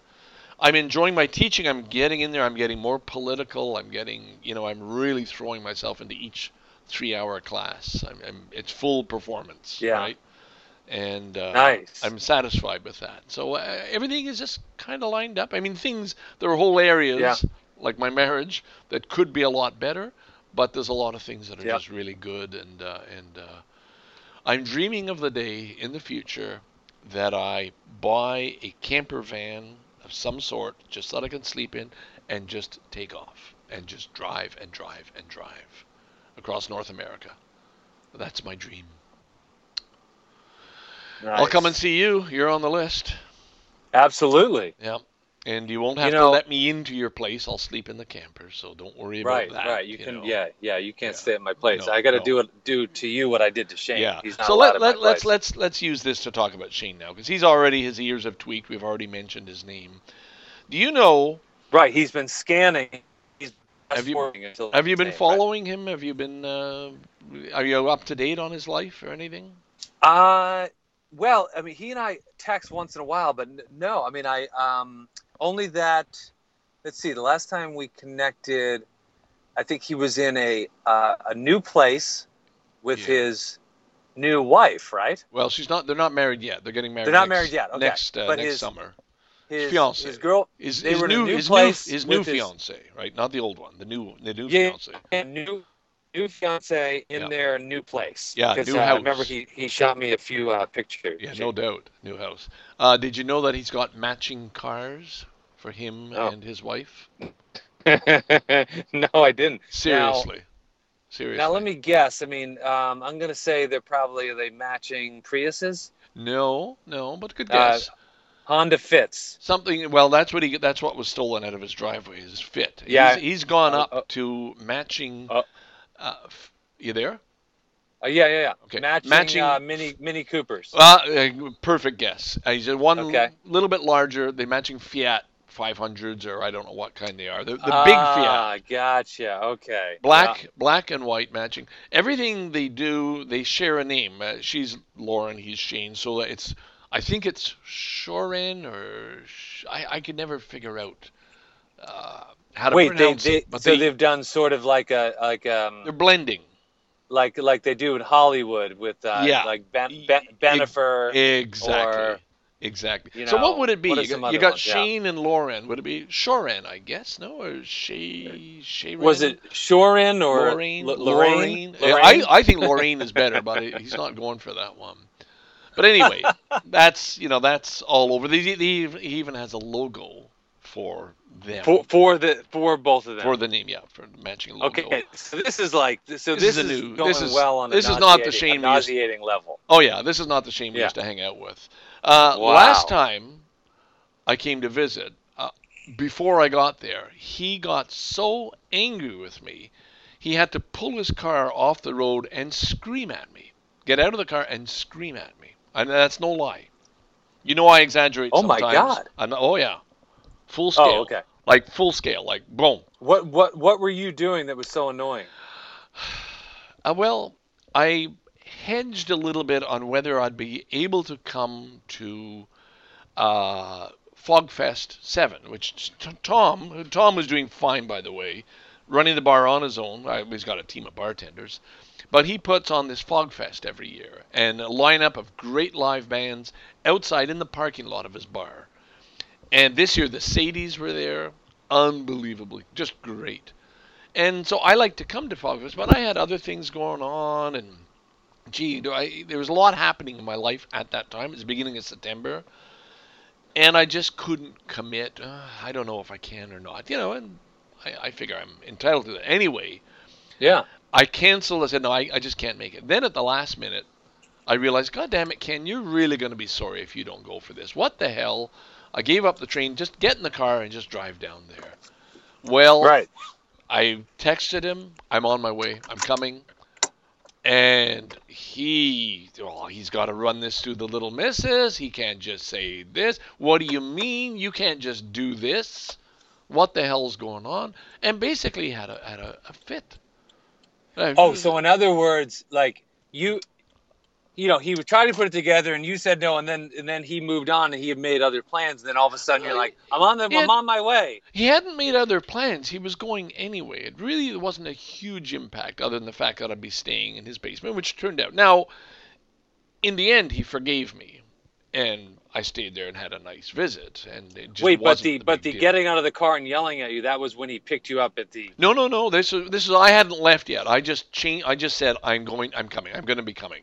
A: I'm enjoying my teaching. I'm getting in there. I'm getting more political. I'm getting, you know, I'm really throwing myself into each three-hour class. I'm, I'm it's full performance,
B: Yeah.
A: right? And uh,
B: nice.
A: I'm satisfied with that. So uh, everything is just kind of lined up. I mean, things there are whole areas
B: Yeah.
A: like my marriage that could be a lot better, but there's a lot of things that are
B: Yeah.
A: just really good. And uh, and uh, I'm dreaming of the day in the future that I buy a camper van of some sort, just that I can sleep in, and just take off and just drive and drive and drive across North America. That's my dream. I'll come and
B: Nice.
A: see you. You're on the list.
B: Absolutely.
A: Yeah. And you won't
B: You
A: have
B: know-
A: to let me into your place. I'll sleep in the camper, so don't worry about
B: Right,
A: that.
B: right. You, can,
A: know.
B: yeah, yeah. You can't
A: Yeah.
B: stay at my place.
A: No,
B: I got to
A: no.
B: do it, do to you what I did to Shane.
A: Yeah.
B: He's not
A: So
B: allowed
A: let,
B: at
A: let
B: my
A: let's
B: place.
A: let's let's use this to talk about Shane now, because he's already his ears have tweaked. We've already mentioned his name. Do you know?
B: Right. He's been scanning. He's
A: Have you-
B: fast-forwarding until
A: Have you been
B: today, right?
A: following him? Have you been? Uh, are you up to date on his life or anything?
B: Uh, well, I mean, he and I text once in a while, but n- no, I mean, I um only that. Let's see. The last time we connected, I think he was in a uh, a new place with
A: Yeah.
B: his new wife, right?
A: Well, she's not. They're not married yet. They're getting married.
B: They're
A: next-
B: not married yet, okay.
A: Next uh,
B: But
A: next
B: his-
A: summer.
B: His
A: Fiancé.
B: his girl,
A: Is
B: they
A: his
B: were in a
A: new,
B: new
A: his
B: place
A: new his new
B: with his-
A: fiance, right? Not the old one. The new the new
B: Yeah.
A: fiance.
B: and new new fiance in
A: Yeah.
B: their new place.
A: Yeah,
B: 'Cause,
A: new
B: uh, I
A: house.
B: remember he, he shot me a few uh, pictures.
A: Yeah,
B: (laughs)
A: no doubt. New house. Uh, did you know that he's got matching cars for him
B: Oh.
A: and his wife?
B: no, I didn't.
A: Seriously. Seriously.
B: Now let me guess. I mean, um, I'm gonna say they're probably are they matching Priuses,
A: No, no, but good
B: Uh,
A: guess.
B: Honda Fits.
A: Something. Well, that's what he. That's what was stolen out of his driveway. Is his fit.
B: Yeah.
A: He's, he's gone
B: Uh,
A: up
B: uh,
A: to matching.
B: uh,
A: uh, f- you there?
B: Oh yeah, yeah, yeah.
A: Okay.
B: Matching,
A: Matching-
B: Uh, mini Mini Coopers.
A: Uh, uh, perfect guess. Uh, he's a one
B: Okay.
A: little bit larger. They matching Fiat 500s or I don't know what kind they are. The, the big Fiat.
B: ah, Gotcha. Okay.
A: Black, black and white matching. Everything they do, they share a name. Uh, she's Lauren, he's Shane. So it's, I think it's Shorin or Sh- I, I could never figure out uh, how
B: Yeah.
A: to
B: Wait, they,
A: pronounce
B: they
A: it. But
B: so
A: they,
B: they've done sort of like a like um
A: they're blending.
B: like like they do in Hollywood with uh,
A: Yeah.
B: like ben,
A: E-
B: ben,
A: e-
B: Benifer.
A: Exactly.
B: or,
A: exactly.
B: you
A: so
B: know,
A: what would it be?
B: what are
A: You
B: some
A: got, you
B: other
A: got
B: ones? Yeah.
A: Shane and Lauren. Would it be Shorin? I guess no, or Shay Shayrin?
B: was it Shorin or
A: Lorraine.
B: L- Lorraine?
A: Yeah,
B: Lorraine?
A: I, I think Lorraine is better, but he- he's not going for that one.
B: (laughs)
A: But anyway, that's you know that's all over. He, he even has a logo for them
B: for for the for both of them.
A: for the name. Yeah, for the matching logo.
B: okay, so this is like so
A: This
B: this,
A: is a
B: is,
A: new-
B: going
A: this is-
B: well on a
A: this is not the
B: nauseating-
A: Shane
B: a
A: we used-
B: nauseating level.
A: Oh yeah, this is not the shame we
B: Yeah.
A: used to hang out with. Uh,
B: Wow.
A: Last time I came to visit, uh, before I got there, he got so angry with me, he had to pull his car off the road and scream at me. Get out of the car and scream at me, and that's no lie. You know I exaggerate.
B: Oh, my
A: sometimes.
B: God.
A: I'm- oh yeah, full scale.
B: Oh, okay.
A: Like full scale, like boom.
B: What what what were you doing that was so annoying?
A: Uh, well, I hedged a little bit on whether I'd be able to come to uh, Fogfest 7, which t- Tom Tom was doing fine, by the way, running the bar on his own. I, he's got a team of bartenders. But he puts on this Fogfest every year and a lineup of great live bands outside in the parking lot of his bar. And this year the Sadies were there. Unbelievably, just great. And so I like to come to Fogfest, but I had other things going on, and gee, do I, there was a lot happening in my life at that time. It's the beginning of September, and I just couldn't commit. Uh, I don't know if I can or not, you know. And I, I figure I'm entitled to that anyway.
B: Yeah.
A: I canceled. I said no, I, I just can't make it. Then at the last minute, I realized, God damn it, Ken, you're really going to be sorry if you don't go for this. What the hell? I gave up the train. Just get in the car and just drive down there. Well,
B: Right.
A: I texted him, I'm on my way, I'm coming. And he, oh, he's got to run this through the little missus. He can't just say this. What do you mean? You can't just do this. What the hell's going on? And basically had a had a, a fit. Uh,
B: Oh, so in other words, like you you know, he would try to put it together and you said no and then and then he moved on and he had made other plans and then all of a sudden you're like, I'm on the
A: It-
B: I'm on my way.
A: he hadn't made other plans. He was going anyway. It really wasn't a huge impact, other than the fact that I'd be staying in his basement, which turned out. Now, in the end, he forgave me, and I stayed there and had a nice visit. And it just
B: Wait, but
A: wasn't
B: the,
A: big
B: but the
A: deal.
B: getting out of the car and yelling at you, that was when he picked you up at the
A: No, no, no. This is this is. I hadn't left yet. I just changed. I just said I'm going. I'm coming. I'm going to be coming.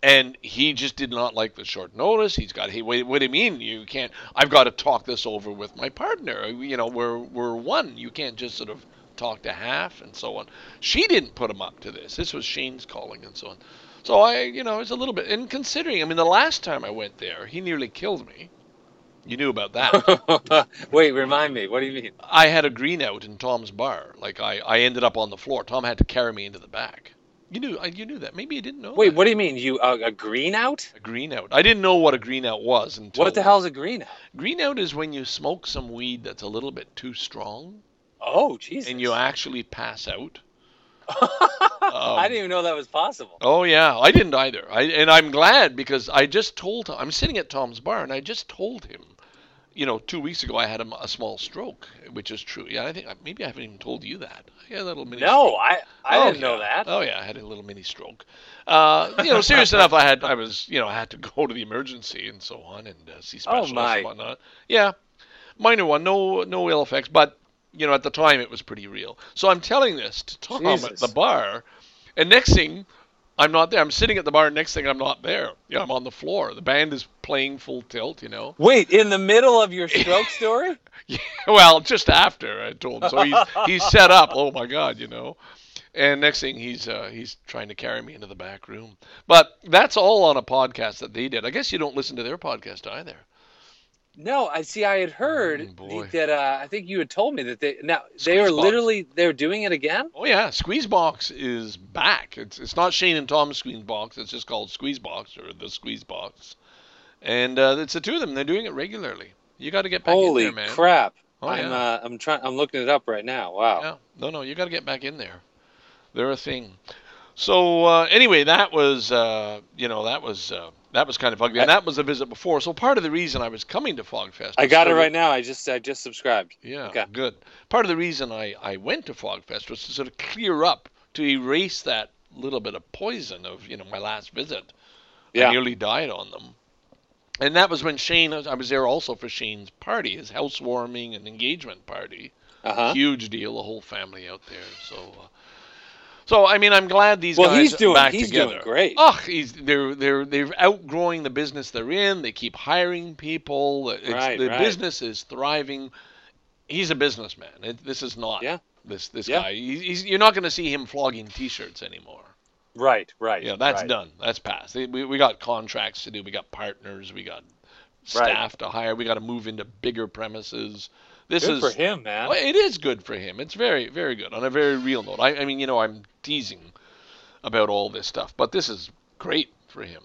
A: And he just did not like the short notice. He's got. Hey, wait. What do you mean? You can't. I've got to talk this over with my partner. You know, we're we're one. You can't just sort of talk to half and so on. She didn't put him up to this. This was Shane's calling and so on. So I, you know, it's a little bit. And considering, I mean, the last time I went there, he nearly killed me. You knew about
B: (laughs)
A: that.
B: Wait, remind me, what do you mean?
A: I had a green out in Tom's bar. Like I, I ended up on the floor. Tom had to carry me into the back. You knew I, you knew that. Maybe you didn't know.
B: Wait,
A: that.
B: what do you mean? You uh, a green out?
A: a green out? I didn't know what a green out was until
B: What the hell's a green out?
A: Green out is when you smoke some weed that's a little bit too strong
B: Oh, Jesus. (laughs)
A: and you actually pass out. um,
B: I didn't even know that
A: (laughs)
B: was possible.
A: Oh yeah, I didn't either. I and I'm glad because I just told him I'm sitting at Tom's bar and I just told him, you know, two weeks ago I had a, a small stroke, which is true. Yeah, I think maybe I haven't even told you that. Yeah, that little mini.
B: No, I I
A: Oh,
B: didn't know
A: yeah.
B: that.
A: Oh yeah, I had a little mini stroke. Uh, you know, serious enough. I had, I was, you know, I had to (laughs) go to the emergency and so on, and uh, see specialists
B: Oh, my.
A: and whatnot. Yeah, minor one, no, no ill effects, but you know, at the time it was pretty real. So I'm telling this to Tom at
B: Jesus.
A: the bar, and next thing, I'm not there. I'm sitting at the bar. Next thing, I'm not there. Yeah, I'm on the floor. The band is playing full tilt. You know.
B: Wait, in the middle of
A: (laughs)
B: your stroke story?
A: Yeah, well, just after I told him, so he's he's set up. Oh my God, you know. And next thing he's uh, he's trying to carry me into the back room. But that's all on a podcast that they did. I guess you don't listen to their podcast either.
B: No, I see. I had heard
A: Mm, boy.
B: that uh, I think you had told me that they now they are
A: Squeeze box.
B: literally they're doing it again.
A: Oh yeah, Squeezebox is back. It's it's not Shane and Tom's Squeezebox. It's just called Squeezebox or the Squeezebox. And uh, it's the two of them. They're doing it regularly. You got to get back
B: Holy
A: in there, man.
B: crap!
A: Oh,
B: I'm
A: yeah.
B: uh, I'm trying I'm looking it up right now. Wow.
A: Yeah. Oh, No, no, you got to get back in there. They're a thing. So uh, anyway, that was uh, you know that was uh, that was kind of ugly, and that was a visit before. So part of the reason I was coming to Fogfest,
B: I
A: was
B: got it
A: for the-
B: right now. I just I just subscribed.
A: Yeah,
B: Okay.
A: good. Part of the reason I I went to Fogfest was to sort of clear up, to erase that little bit of poison of you know my last visit. I
B: Yeah.
A: nearly died on them. And that was when Shane, I was there also for Shane's party, his housewarming and engagement party
B: Uh huh.
A: huge deal. The whole family out there. So, uh, So I mean, I'm glad these
B: Well,
A: guys
B: he's
A: are
B: doing-
A: back
B: he's
A: together.
B: doing great.
A: Oh, he's they're they're they're outgrowing the business they're in. They keep hiring people. It's,
B: Right,
A: the
B: right.
A: business is thriving. He's a businessman. It, this is not
B: Yeah.
A: this this
B: Yeah.
A: guy. He's, he's, you're not going to see him flogging T-shirts anymore.
B: Right, right.
A: Yeah, that's
B: right.
A: done. That's passed. We, we got contracts to do. We got partners. We got
B: Right.
A: staff to hire. We got to move into bigger premises. This
B: Good
A: is
B: for him, man.
A: well, it is good for him. It's very, very good. On a very real note, I, I mean, you know, I'm teasing about all this stuff, but this is great for him.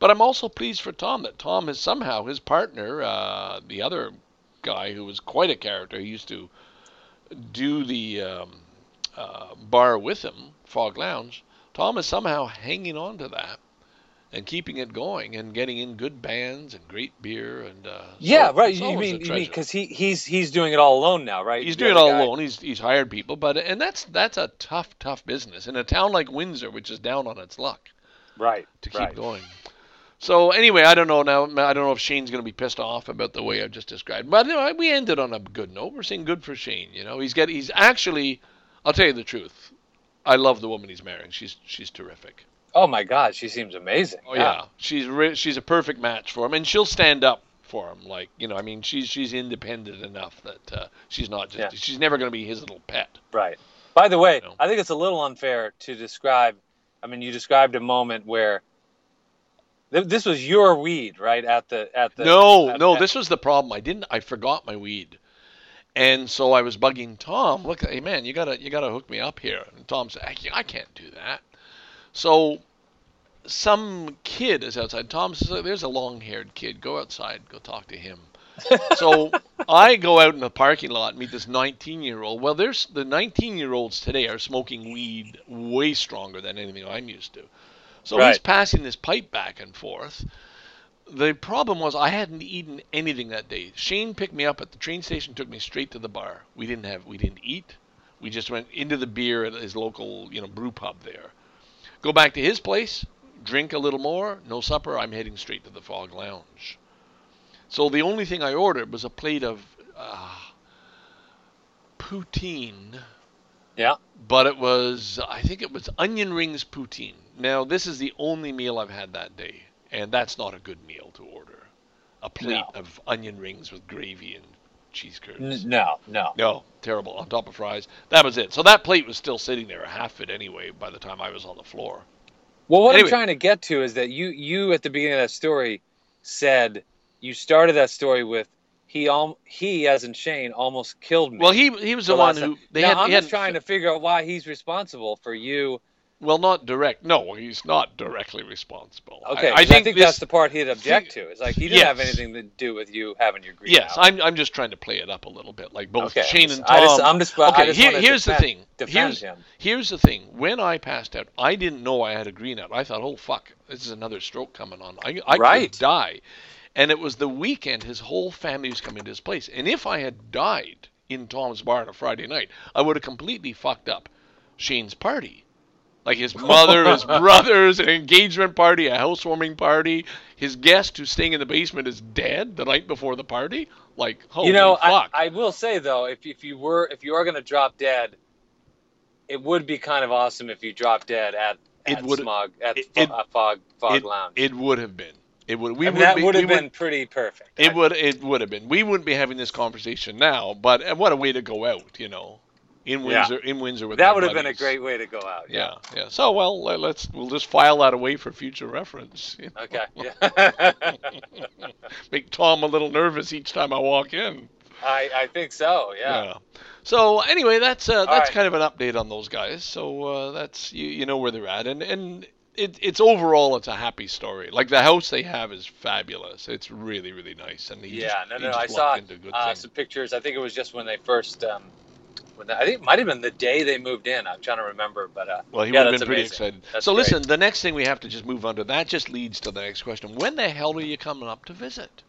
A: But I'm also pleased for Tom that Tom has somehow his partner, uh, the other guy who was quite a character, he used to do the um, uh, bar with him, Fog Lounge. Tom is somehow hanging on to that and keeping it going and getting in good bands and great beer and uh, so
B: Yeah, right.
A: it's
B: You
A: always a
B: mean you mean
A: treasure.
B: because he he's he's doing it all alone now, right?
A: He's
B: The
A: doing it all
B: other guy.
A: alone. He's he's hired people, but and that's that's a tough tough business in a town like Windsor, which is down on its luck
B: Right.
A: to keep
B: right.
A: going. So anyway, I don't know now. I don't know if Shane's going to be pissed off about the way I've just described, but you know, we ended on a good note. We're saying good for Shane. You know, he's got he's actually. I'll tell you the truth. I love the woman he's marrying. She's she's terrific.
B: Oh my God, she seems amazing.
A: Oh yeah, she's re- she's a perfect match for him, and she'll stand up for him. Like you know, I mean, she's she's independent enough that uh, she's not just
B: Yeah.
A: she's never going to be his little pet.
B: Right. By the way,
A: No.
B: I think it's a little unfair to describe. I mean, you described a moment where th- this was your weed, right? At the at the
A: no,
B: at-
A: no,
B: at-
A: this was the problem. I didn't. I forgot my weed, and so I was bugging Tom. Look, hey man, you gotta you gotta hook me up here. And Tom said, I, I can't do that. So some kid is outside. Tom says, "There's a long-haired kid. Go outside. Go talk to him." so I go out in the parking lot and meet this 19-year-old. Well, there's the 19-year-olds today are smoking weed way stronger than anything I'm used to. So he's
B: Right.
A: passing this pipe back and forth. The problem was I hadn't eaten anything that day. Shane picked me up at the train station, took me straight to the bar. We didn't have we didn't eat. We just went into the beer at his local, you know, brew pub there. Go back to his place, drink a little more, no supper, I'm heading straight to the Fog Lounge. So the only thing I ordered was a plate of uh, poutine
B: Yeah.
A: but it was I think it was onion rings poutine. Now this is the only meal I've had that day, and that's not a good meal to order. A plate
B: No.
A: of onion rings with gravy and cheese curds.
B: N- no, no.
A: No, terrible. On top of fries. That was it. So that plate was still sitting there, half it anyway, by the time I was on the floor.
B: Well, what
A: Anyway.
B: I'm trying to get to is that you you at the beginning of that story said you started that story with he al- he as in Shane almost killed me.
A: Well, he he was the
B: So
A: one
B: that's-
A: who they
B: now
A: had.
B: I'm
A: he had-
B: just trying to figure out why he's responsible for you.
A: Well, not direct. No, he's not directly responsible. I-
B: Okay,
A: I,
B: 'cause
A: think, this,
B: that's the part he'd object to. It's like he didn't have
A: Yes.
B: anything to do with you having your green.
A: Yes,
B: out.
A: I'm I'm just trying to play it up a little bit, like both
B: Okay, I'm
A: Shane
B: just-
A: and Tom.
B: I just- I'm just- I
A: okay,
B: just
A: here-
B: wanna
A: here's the
B: defend-
A: thing.
B: defend
A: here's,
B: him.
A: here's the thing. When I passed out, I didn't know I had a green out. I thought, oh fuck, this is another stroke coming on. I I
B: Right.
A: could die. And it was the weekend. His whole family was coming to his place. And if I had died in Tom's bar on a Friday night, I would have completely fucked up Shane's party. Like
B: (laughs)
A: his mother, his brothers, an engagement party, a housewarming party. His guest who's staying in the basement is dead the night before the party. Like, holy
B: you know, I,
A: fuck.
B: I will say though, if if you were if you are going to drop dead, it would be kind of awesome if you dropped dead at
A: It
B: at
A: would-
B: smog at
A: it-
B: fo-
A: it-
B: uh, fog fog
A: it,
B: lounge.
A: it would have been. It would. We
B: I mean,
A: would
B: that
A: be-
B: would
A: we
B: have
A: would-
B: been pretty perfect.
A: It
B: I-
A: would it would have been. We wouldn't be having this conversation now, but and what a way to go out, you know, in
B: Yeah.
A: Windsor, in Windsor with
B: that
A: my
B: would have been a
A: buddies.
B: great way to go out.
A: Yeah, yeah. So well, let- let's we'll just file that away for future reference. (laughs) you know.
B: Okay. (laughs) Yeah.
A: Make Tom a little nervous each time I walk in.
B: I, I think so. Yeah.
A: So anyway, that's uh, that's
B: right.
A: kind of an update on those guys. So uh, that's you, you know where they're at, and and it, it's overall it's a happy story. Like the house they have is fabulous. It's really really nice, and he
B: Yeah,
A: just,
B: no,
A: he
B: no,
A: just
B: I
A: lucked
B: saw,
A: into good
B: Uh,
A: things.
B: some pictures. I think it was just when they first. Um, when the, I think it might have been the day they moved in. I'm trying to remember, but uh,
A: Well, he
B: yeah,
A: would have
B: that's
A: been pretty
B: amazing.
A: excited.
B: That's
A: so
B: great.
A: listen, the next thing we have to just move on to that just leads to the next question. When the hell are you coming up to visit?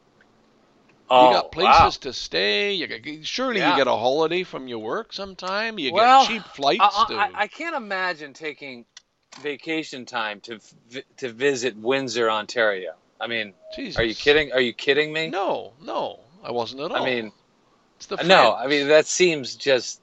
B: oh,
A: you got places
B: wow.
A: to stay. You got, surely
B: Yeah.
A: you get a holiday from your work sometime. You
B: Well,
A: get cheap flights
B: I,
A: to.
B: I- I, I can't imagine taking vacation time to vi- to visit Windsor, Ontario. I mean,
A: Jesus.
B: are you kidding? Are you kidding me?
A: No, no, I wasn't at all.
B: I mean,
A: it's the
B: no. I
A: French.
B: mean, that seems just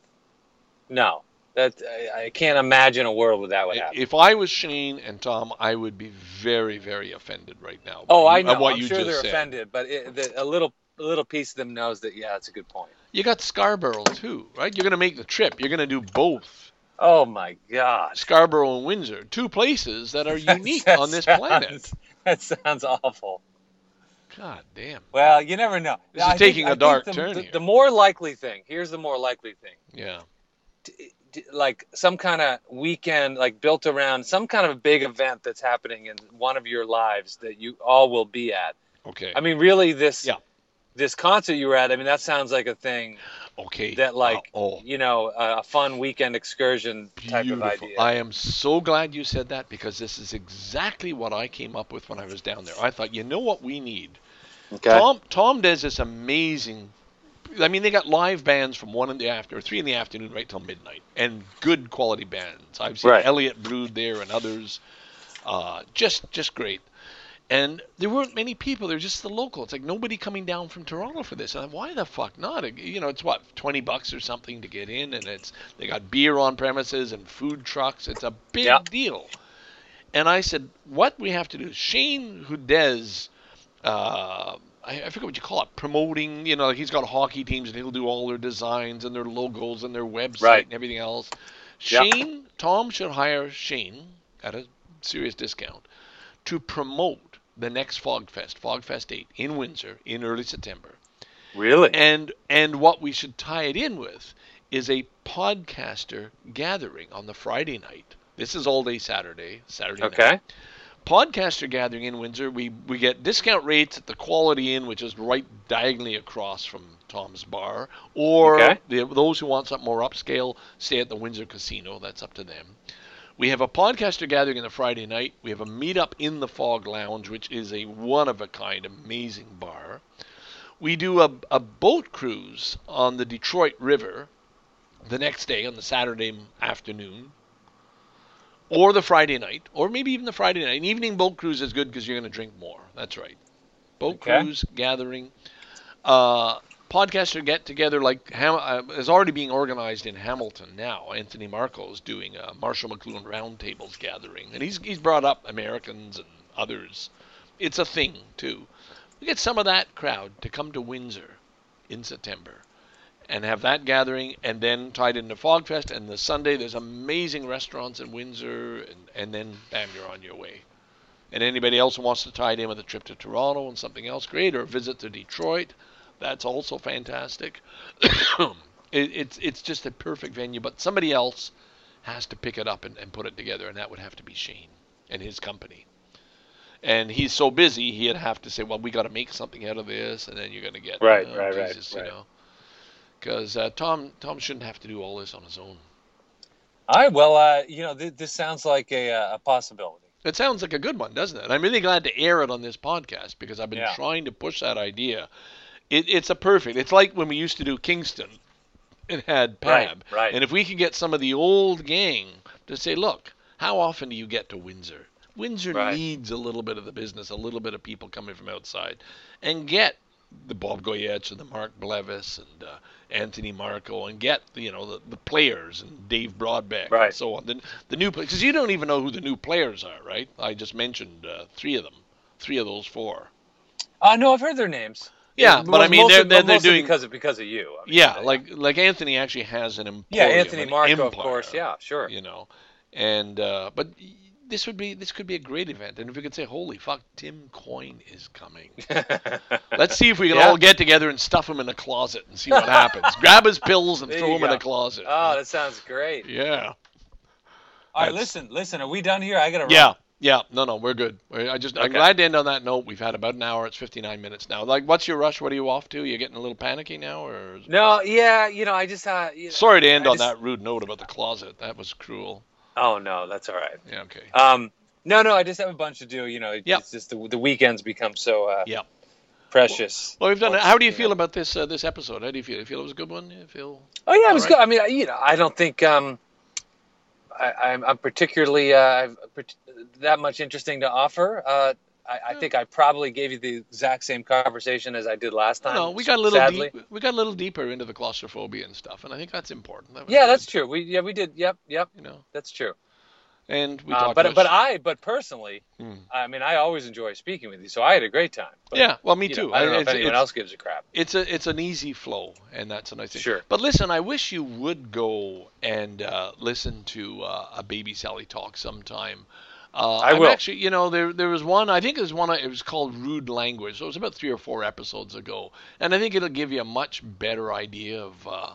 B: no. That I, I can't imagine a world where that would happen.
A: If I was Shane and Tom, I would be very, very offended right now.
B: Oh, I
A: at
B: know.
A: What
B: I'm
A: you
B: sure
A: just
B: they're
A: said.
B: offended, but it, the, a little a little piece of them knows that. Yeah, it's a good point.
A: You got Scarborough too, right? You're gonna make the trip. You're gonna do both.
B: Oh my gosh.
A: Scarborough and Windsor, two places
B: (laughs)
A: that are unique
B: That
A: on this
B: sounds-
A: planet.
B: (laughs) That sounds awful.
A: God damn.
B: Well, you never know.
A: This is taking
B: a
A: a dark
B: the,
A: turn
B: The,
A: here.
B: the more likely thing here's the more likely thing.
A: Yeah.
B: D- d- Like some kind of weekend, like built around some kind of big event that's happening in one of your lives that you all will be at.
A: Okay.
B: I mean, really, this
A: Yeah.
B: this concert you were at. I mean, that sounds like a thing
A: okay.
B: that, like,
A: Wow. oh,
B: you know, a, a fun weekend excursion type
A: beautiful.
B: of idea.
A: I am so glad you said that because this is exactly what I came up with when I was down there. I thought, you know what we need?
B: okay.
A: Tom Tom does this amazing. I mean, they got live bands from one in the after, three in the afternoon, right till midnight, and good quality bands. I've seen
B: Right.
A: Elliot Brood there and others. Uh, just just great. And there weren't many people. They're just the local. It's like nobody coming down from Toronto for this. And I'm, why the fuck not? You know, it's what twenty bucks or something to get in, and it's they got beer on premises and food trucks. It's a big
B: Yeah.
A: deal. And I said, what we have to do. Shane, who does uh, I, I forget what you call it, promoting. You know, like he's got hockey teams and he'll do all their designs and their logos and their website
B: Right.
A: and everything else.
B: Yeah.
A: Shane, Tom should hire Shane at a serious discount to promote the next Fogfest, Fogfest 8 in Windsor in early September.
B: Really?
A: And and what we should tie it in with is a podcaster gathering on the Friday night. This is all day Saturday, Saturday night
B: okay.
A: podcaster gathering in Windsor, we, we get discount rates at the Quality Inn, which is right diagonally across from Tom's Bar, or
B: Okay.
A: the, those who want something more upscale stay at the Windsor Casino. That's up to them. We have a podcaster gathering on the Friday night. We have a meetup in the Fog Lounge, which is a one of a kind, amazing bar. We do a, a boat cruise on the Detroit River the next day on the Saturday afternoon or the Friday night, or maybe even the Friday night. An evening boat cruise is good because you're going to drink more. That's right. Boat
B: Okay.
A: cruise gathering. Uh, podcaster get together like Ham- uh, is already being organized in Hamilton now. Anthony Marco's doing a Marshall McLuhan roundtables gathering, and he's he's brought up Americans and others. It's a thing too. We get some of that crowd to come to Windsor in September and have that gathering and then tied into Fogfest and the Sunday there's amazing restaurants in Windsor and, and then bam you're on your way. And anybody else who wants to tie it in with a trip to Toronto and something else great or a visit to Detroit, that's also fantastic. (coughs) it, it's it's just a perfect venue, but somebody else has to pick it up and, and put it together and that would have to be Shane and his company. And he's so busy he'd have to say, Well, we gotta make something out of this and then you're gonna get
B: Right,
A: oh,
B: right, right,
A: Jesus, you
B: right.
A: know because uh, Tom Tom shouldn't have to do all this on his own.
B: All right. Well, uh, you know, th- this sounds like a, uh, a possibility.
A: It sounds like a good one, doesn't it? I'm really glad to air it on this podcast because I've been
B: Yeah.
A: trying to push that idea. It, it's a perfect. It's like when we used to do Kingston and had
B: Right,
A: Pab,
B: right.
A: and if we could get some of the old gang to say, "Look, how often do you get to Windsor? Windsor
B: Right.
A: needs a little bit of the business, a little bit of people coming from outside, and get." The Bob Goyetch and the Mark Blevis and uh, Anthony Marco and get you know the, the players and Dave Broadbeck
B: Right.
A: and so on the, the new because you don't even know who the new players are right I just mentioned uh, three of them three of those four
B: Uh, no, I've heard their names.
A: Yeah,
B: It
A: but I
B: was
A: mean,
B: mostly-
A: they're- they're- they're
B: mostly
A: doing-
B: because of because of you. I mean,
A: yeah
B: they-
A: like like Anthony actually has an emporium
B: yeah, Anthony
A: an
B: Marco, of
A: empire,
B: course. Yeah, sure.
A: you know and uh, but y- this would be this could be a great event and if we could say holy fuck tim coyne is
B: (laughs)
A: coming let's see if we can
B: Yeah.
A: all get together and stuff him in a closet and see what
B: (laughs)
A: happens grab his pills and
B: There
A: throw
B: you
A: him in
B: go.
A: a closet
B: oh, that sounds great.
A: yeah
B: All right,
A: That's-
B: listen, listen. Are we done here? I gotta.
A: Yeah,
B: Run.
A: yeah. No, no, we're good. We're- I just I'm
B: Okay.
A: glad to end on that note. We've had about an hour. It's 59 minutes now. Like, what's your rush? What are you off to? You getting a little panicky now, or? is-
B: No, yeah, you know, I just. Uh, you
A: Sorry to end
B: I
A: on
B: just-
A: that rude note about the closet. That was cruel.
B: Oh no, that's all right.
A: Yeah. Okay.
B: Um, no, no, I just have a bunch to do. You know, it-
A: Yep.
B: it's just the, the weekends become so uh,
A: Yep.
B: precious.
A: Well, we've done it.
B: once,
A: How do you
B: know.
A: feel about this uh, this episode? How do you feel? You feel it was a good one? You feel?
B: Oh yeah, it was
A: All
B: good. I mean, I- you know, I don't think um, I, I'm, I'm particularly uh, I've, part- that much interesting to offer. Uh, I,
A: Hmm.
B: I think I probably gave you the exact same conversation as I did last time.
A: No, we got a little
B: sadly.
A: deep, we got a little deeper into the claustrophobia and stuff, and I think that's important. That was
B: Yeah,
A: good,
B: that's true. We yeah we did. Yep, yep,
A: you know,
B: that's true.
A: and we
B: Uh,
A: talked
B: but
A: about
B: but I but personally,
A: Hmm.
B: I mean, I always enjoy speaking with you, so I had a great time. But,
A: yeah, well, me
B: you
A: too.
B: know, I don't know if
A: It's-
B: anyone
A: it's-
B: else gives a crap.
A: it's a it's an easy flow, and that's a nice thing.
B: Sure.
A: But listen, I wish you would go and uh, listen to uh, a Baby Sally talk sometime. Uh,
B: I
A: I'm
B: will.
A: Actually, you know, there there was one. I think there's one. It was called Rude Language. So it was about three or four episodes ago, and I think it'll give you a much better idea of. Uh,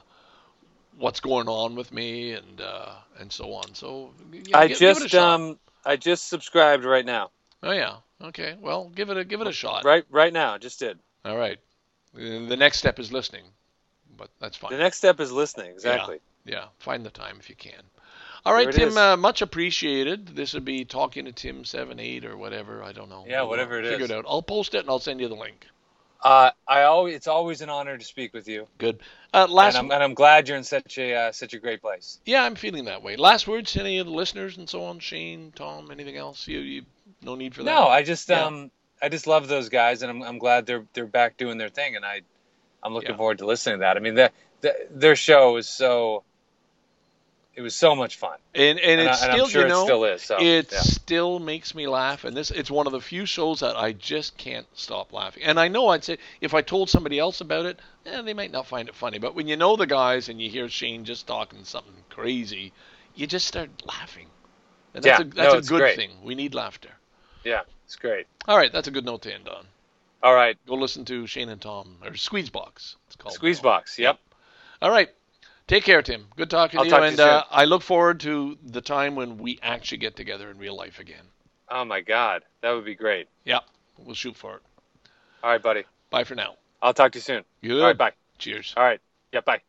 A: What's going on with me and uh, and so on. So you know,
B: I
A: gi- give it a
B: just
A: shot.
B: um I just subscribed right now.
A: oh yeah okay well give it a give it a shot
B: Right right now, just did.
A: all right Uh, the next step is listening but that's fine
B: The next step is listening. Exactly.
A: Yeah, find the time if you can. All right,
B: it
A: Tim,
B: is.
A: uh, much appreciated. This would be talking to Tim seven eight or whatever. I don't know.
B: Yeah,
A: We'll, uh,
B: whatever it
A: figure
B: is.
A: it out. I'll post it and I'll send you the link.
B: Uh, I always it's always an honor to speak with you,
A: Good. Uh, last,
B: and I'm and I'm glad you're in such a uh, such a great place.
A: yeah, I'm feeling that way. Last words to any of the listeners and so on. Shane, Tom, anything else? You, you no need for that.
B: No, I just
A: Yeah.
B: um I just love those guys, and I'm I'm glad they're they're back doing their thing, and I I'm looking
A: Yeah.
B: forward to listening to that. I mean, the, the, their show is so it was so much fun,
A: and and,
B: and,
A: it's
B: I, and
A: still,
B: I'm sure
A: you know,
B: it still is. So
A: it
B: yeah.
A: still makes me laugh and this it's one of the few shows that i just can't stop laughing and i know i'd say if i told somebody else about it eh, they might not find it funny but when you know the guys and you hear shane just talking something crazy you just start laughing and that's
B: Yeah,
A: a that's
B: no,
A: a
B: it's
A: good
B: great.
A: thing we need laughter
B: yeah, it's great.
A: all right that's a good note to end on
B: All right,
A: go listen to shane and tom or squeezebox it's called
B: squeeze
A: now.
B: box. Yep.
A: all right take care tim good talking
B: I'll
A: to you
B: talk to you
A: and uh, i look forward to the time when we actually get together in real life again
B: Oh my God, that would be great.
A: yep we'll shoot for it
B: All right, buddy.
A: bye for now
B: I'll talk to you soon.
A: Good.
B: All right, bye.
A: Cheers.
B: All right. Yeah, bye.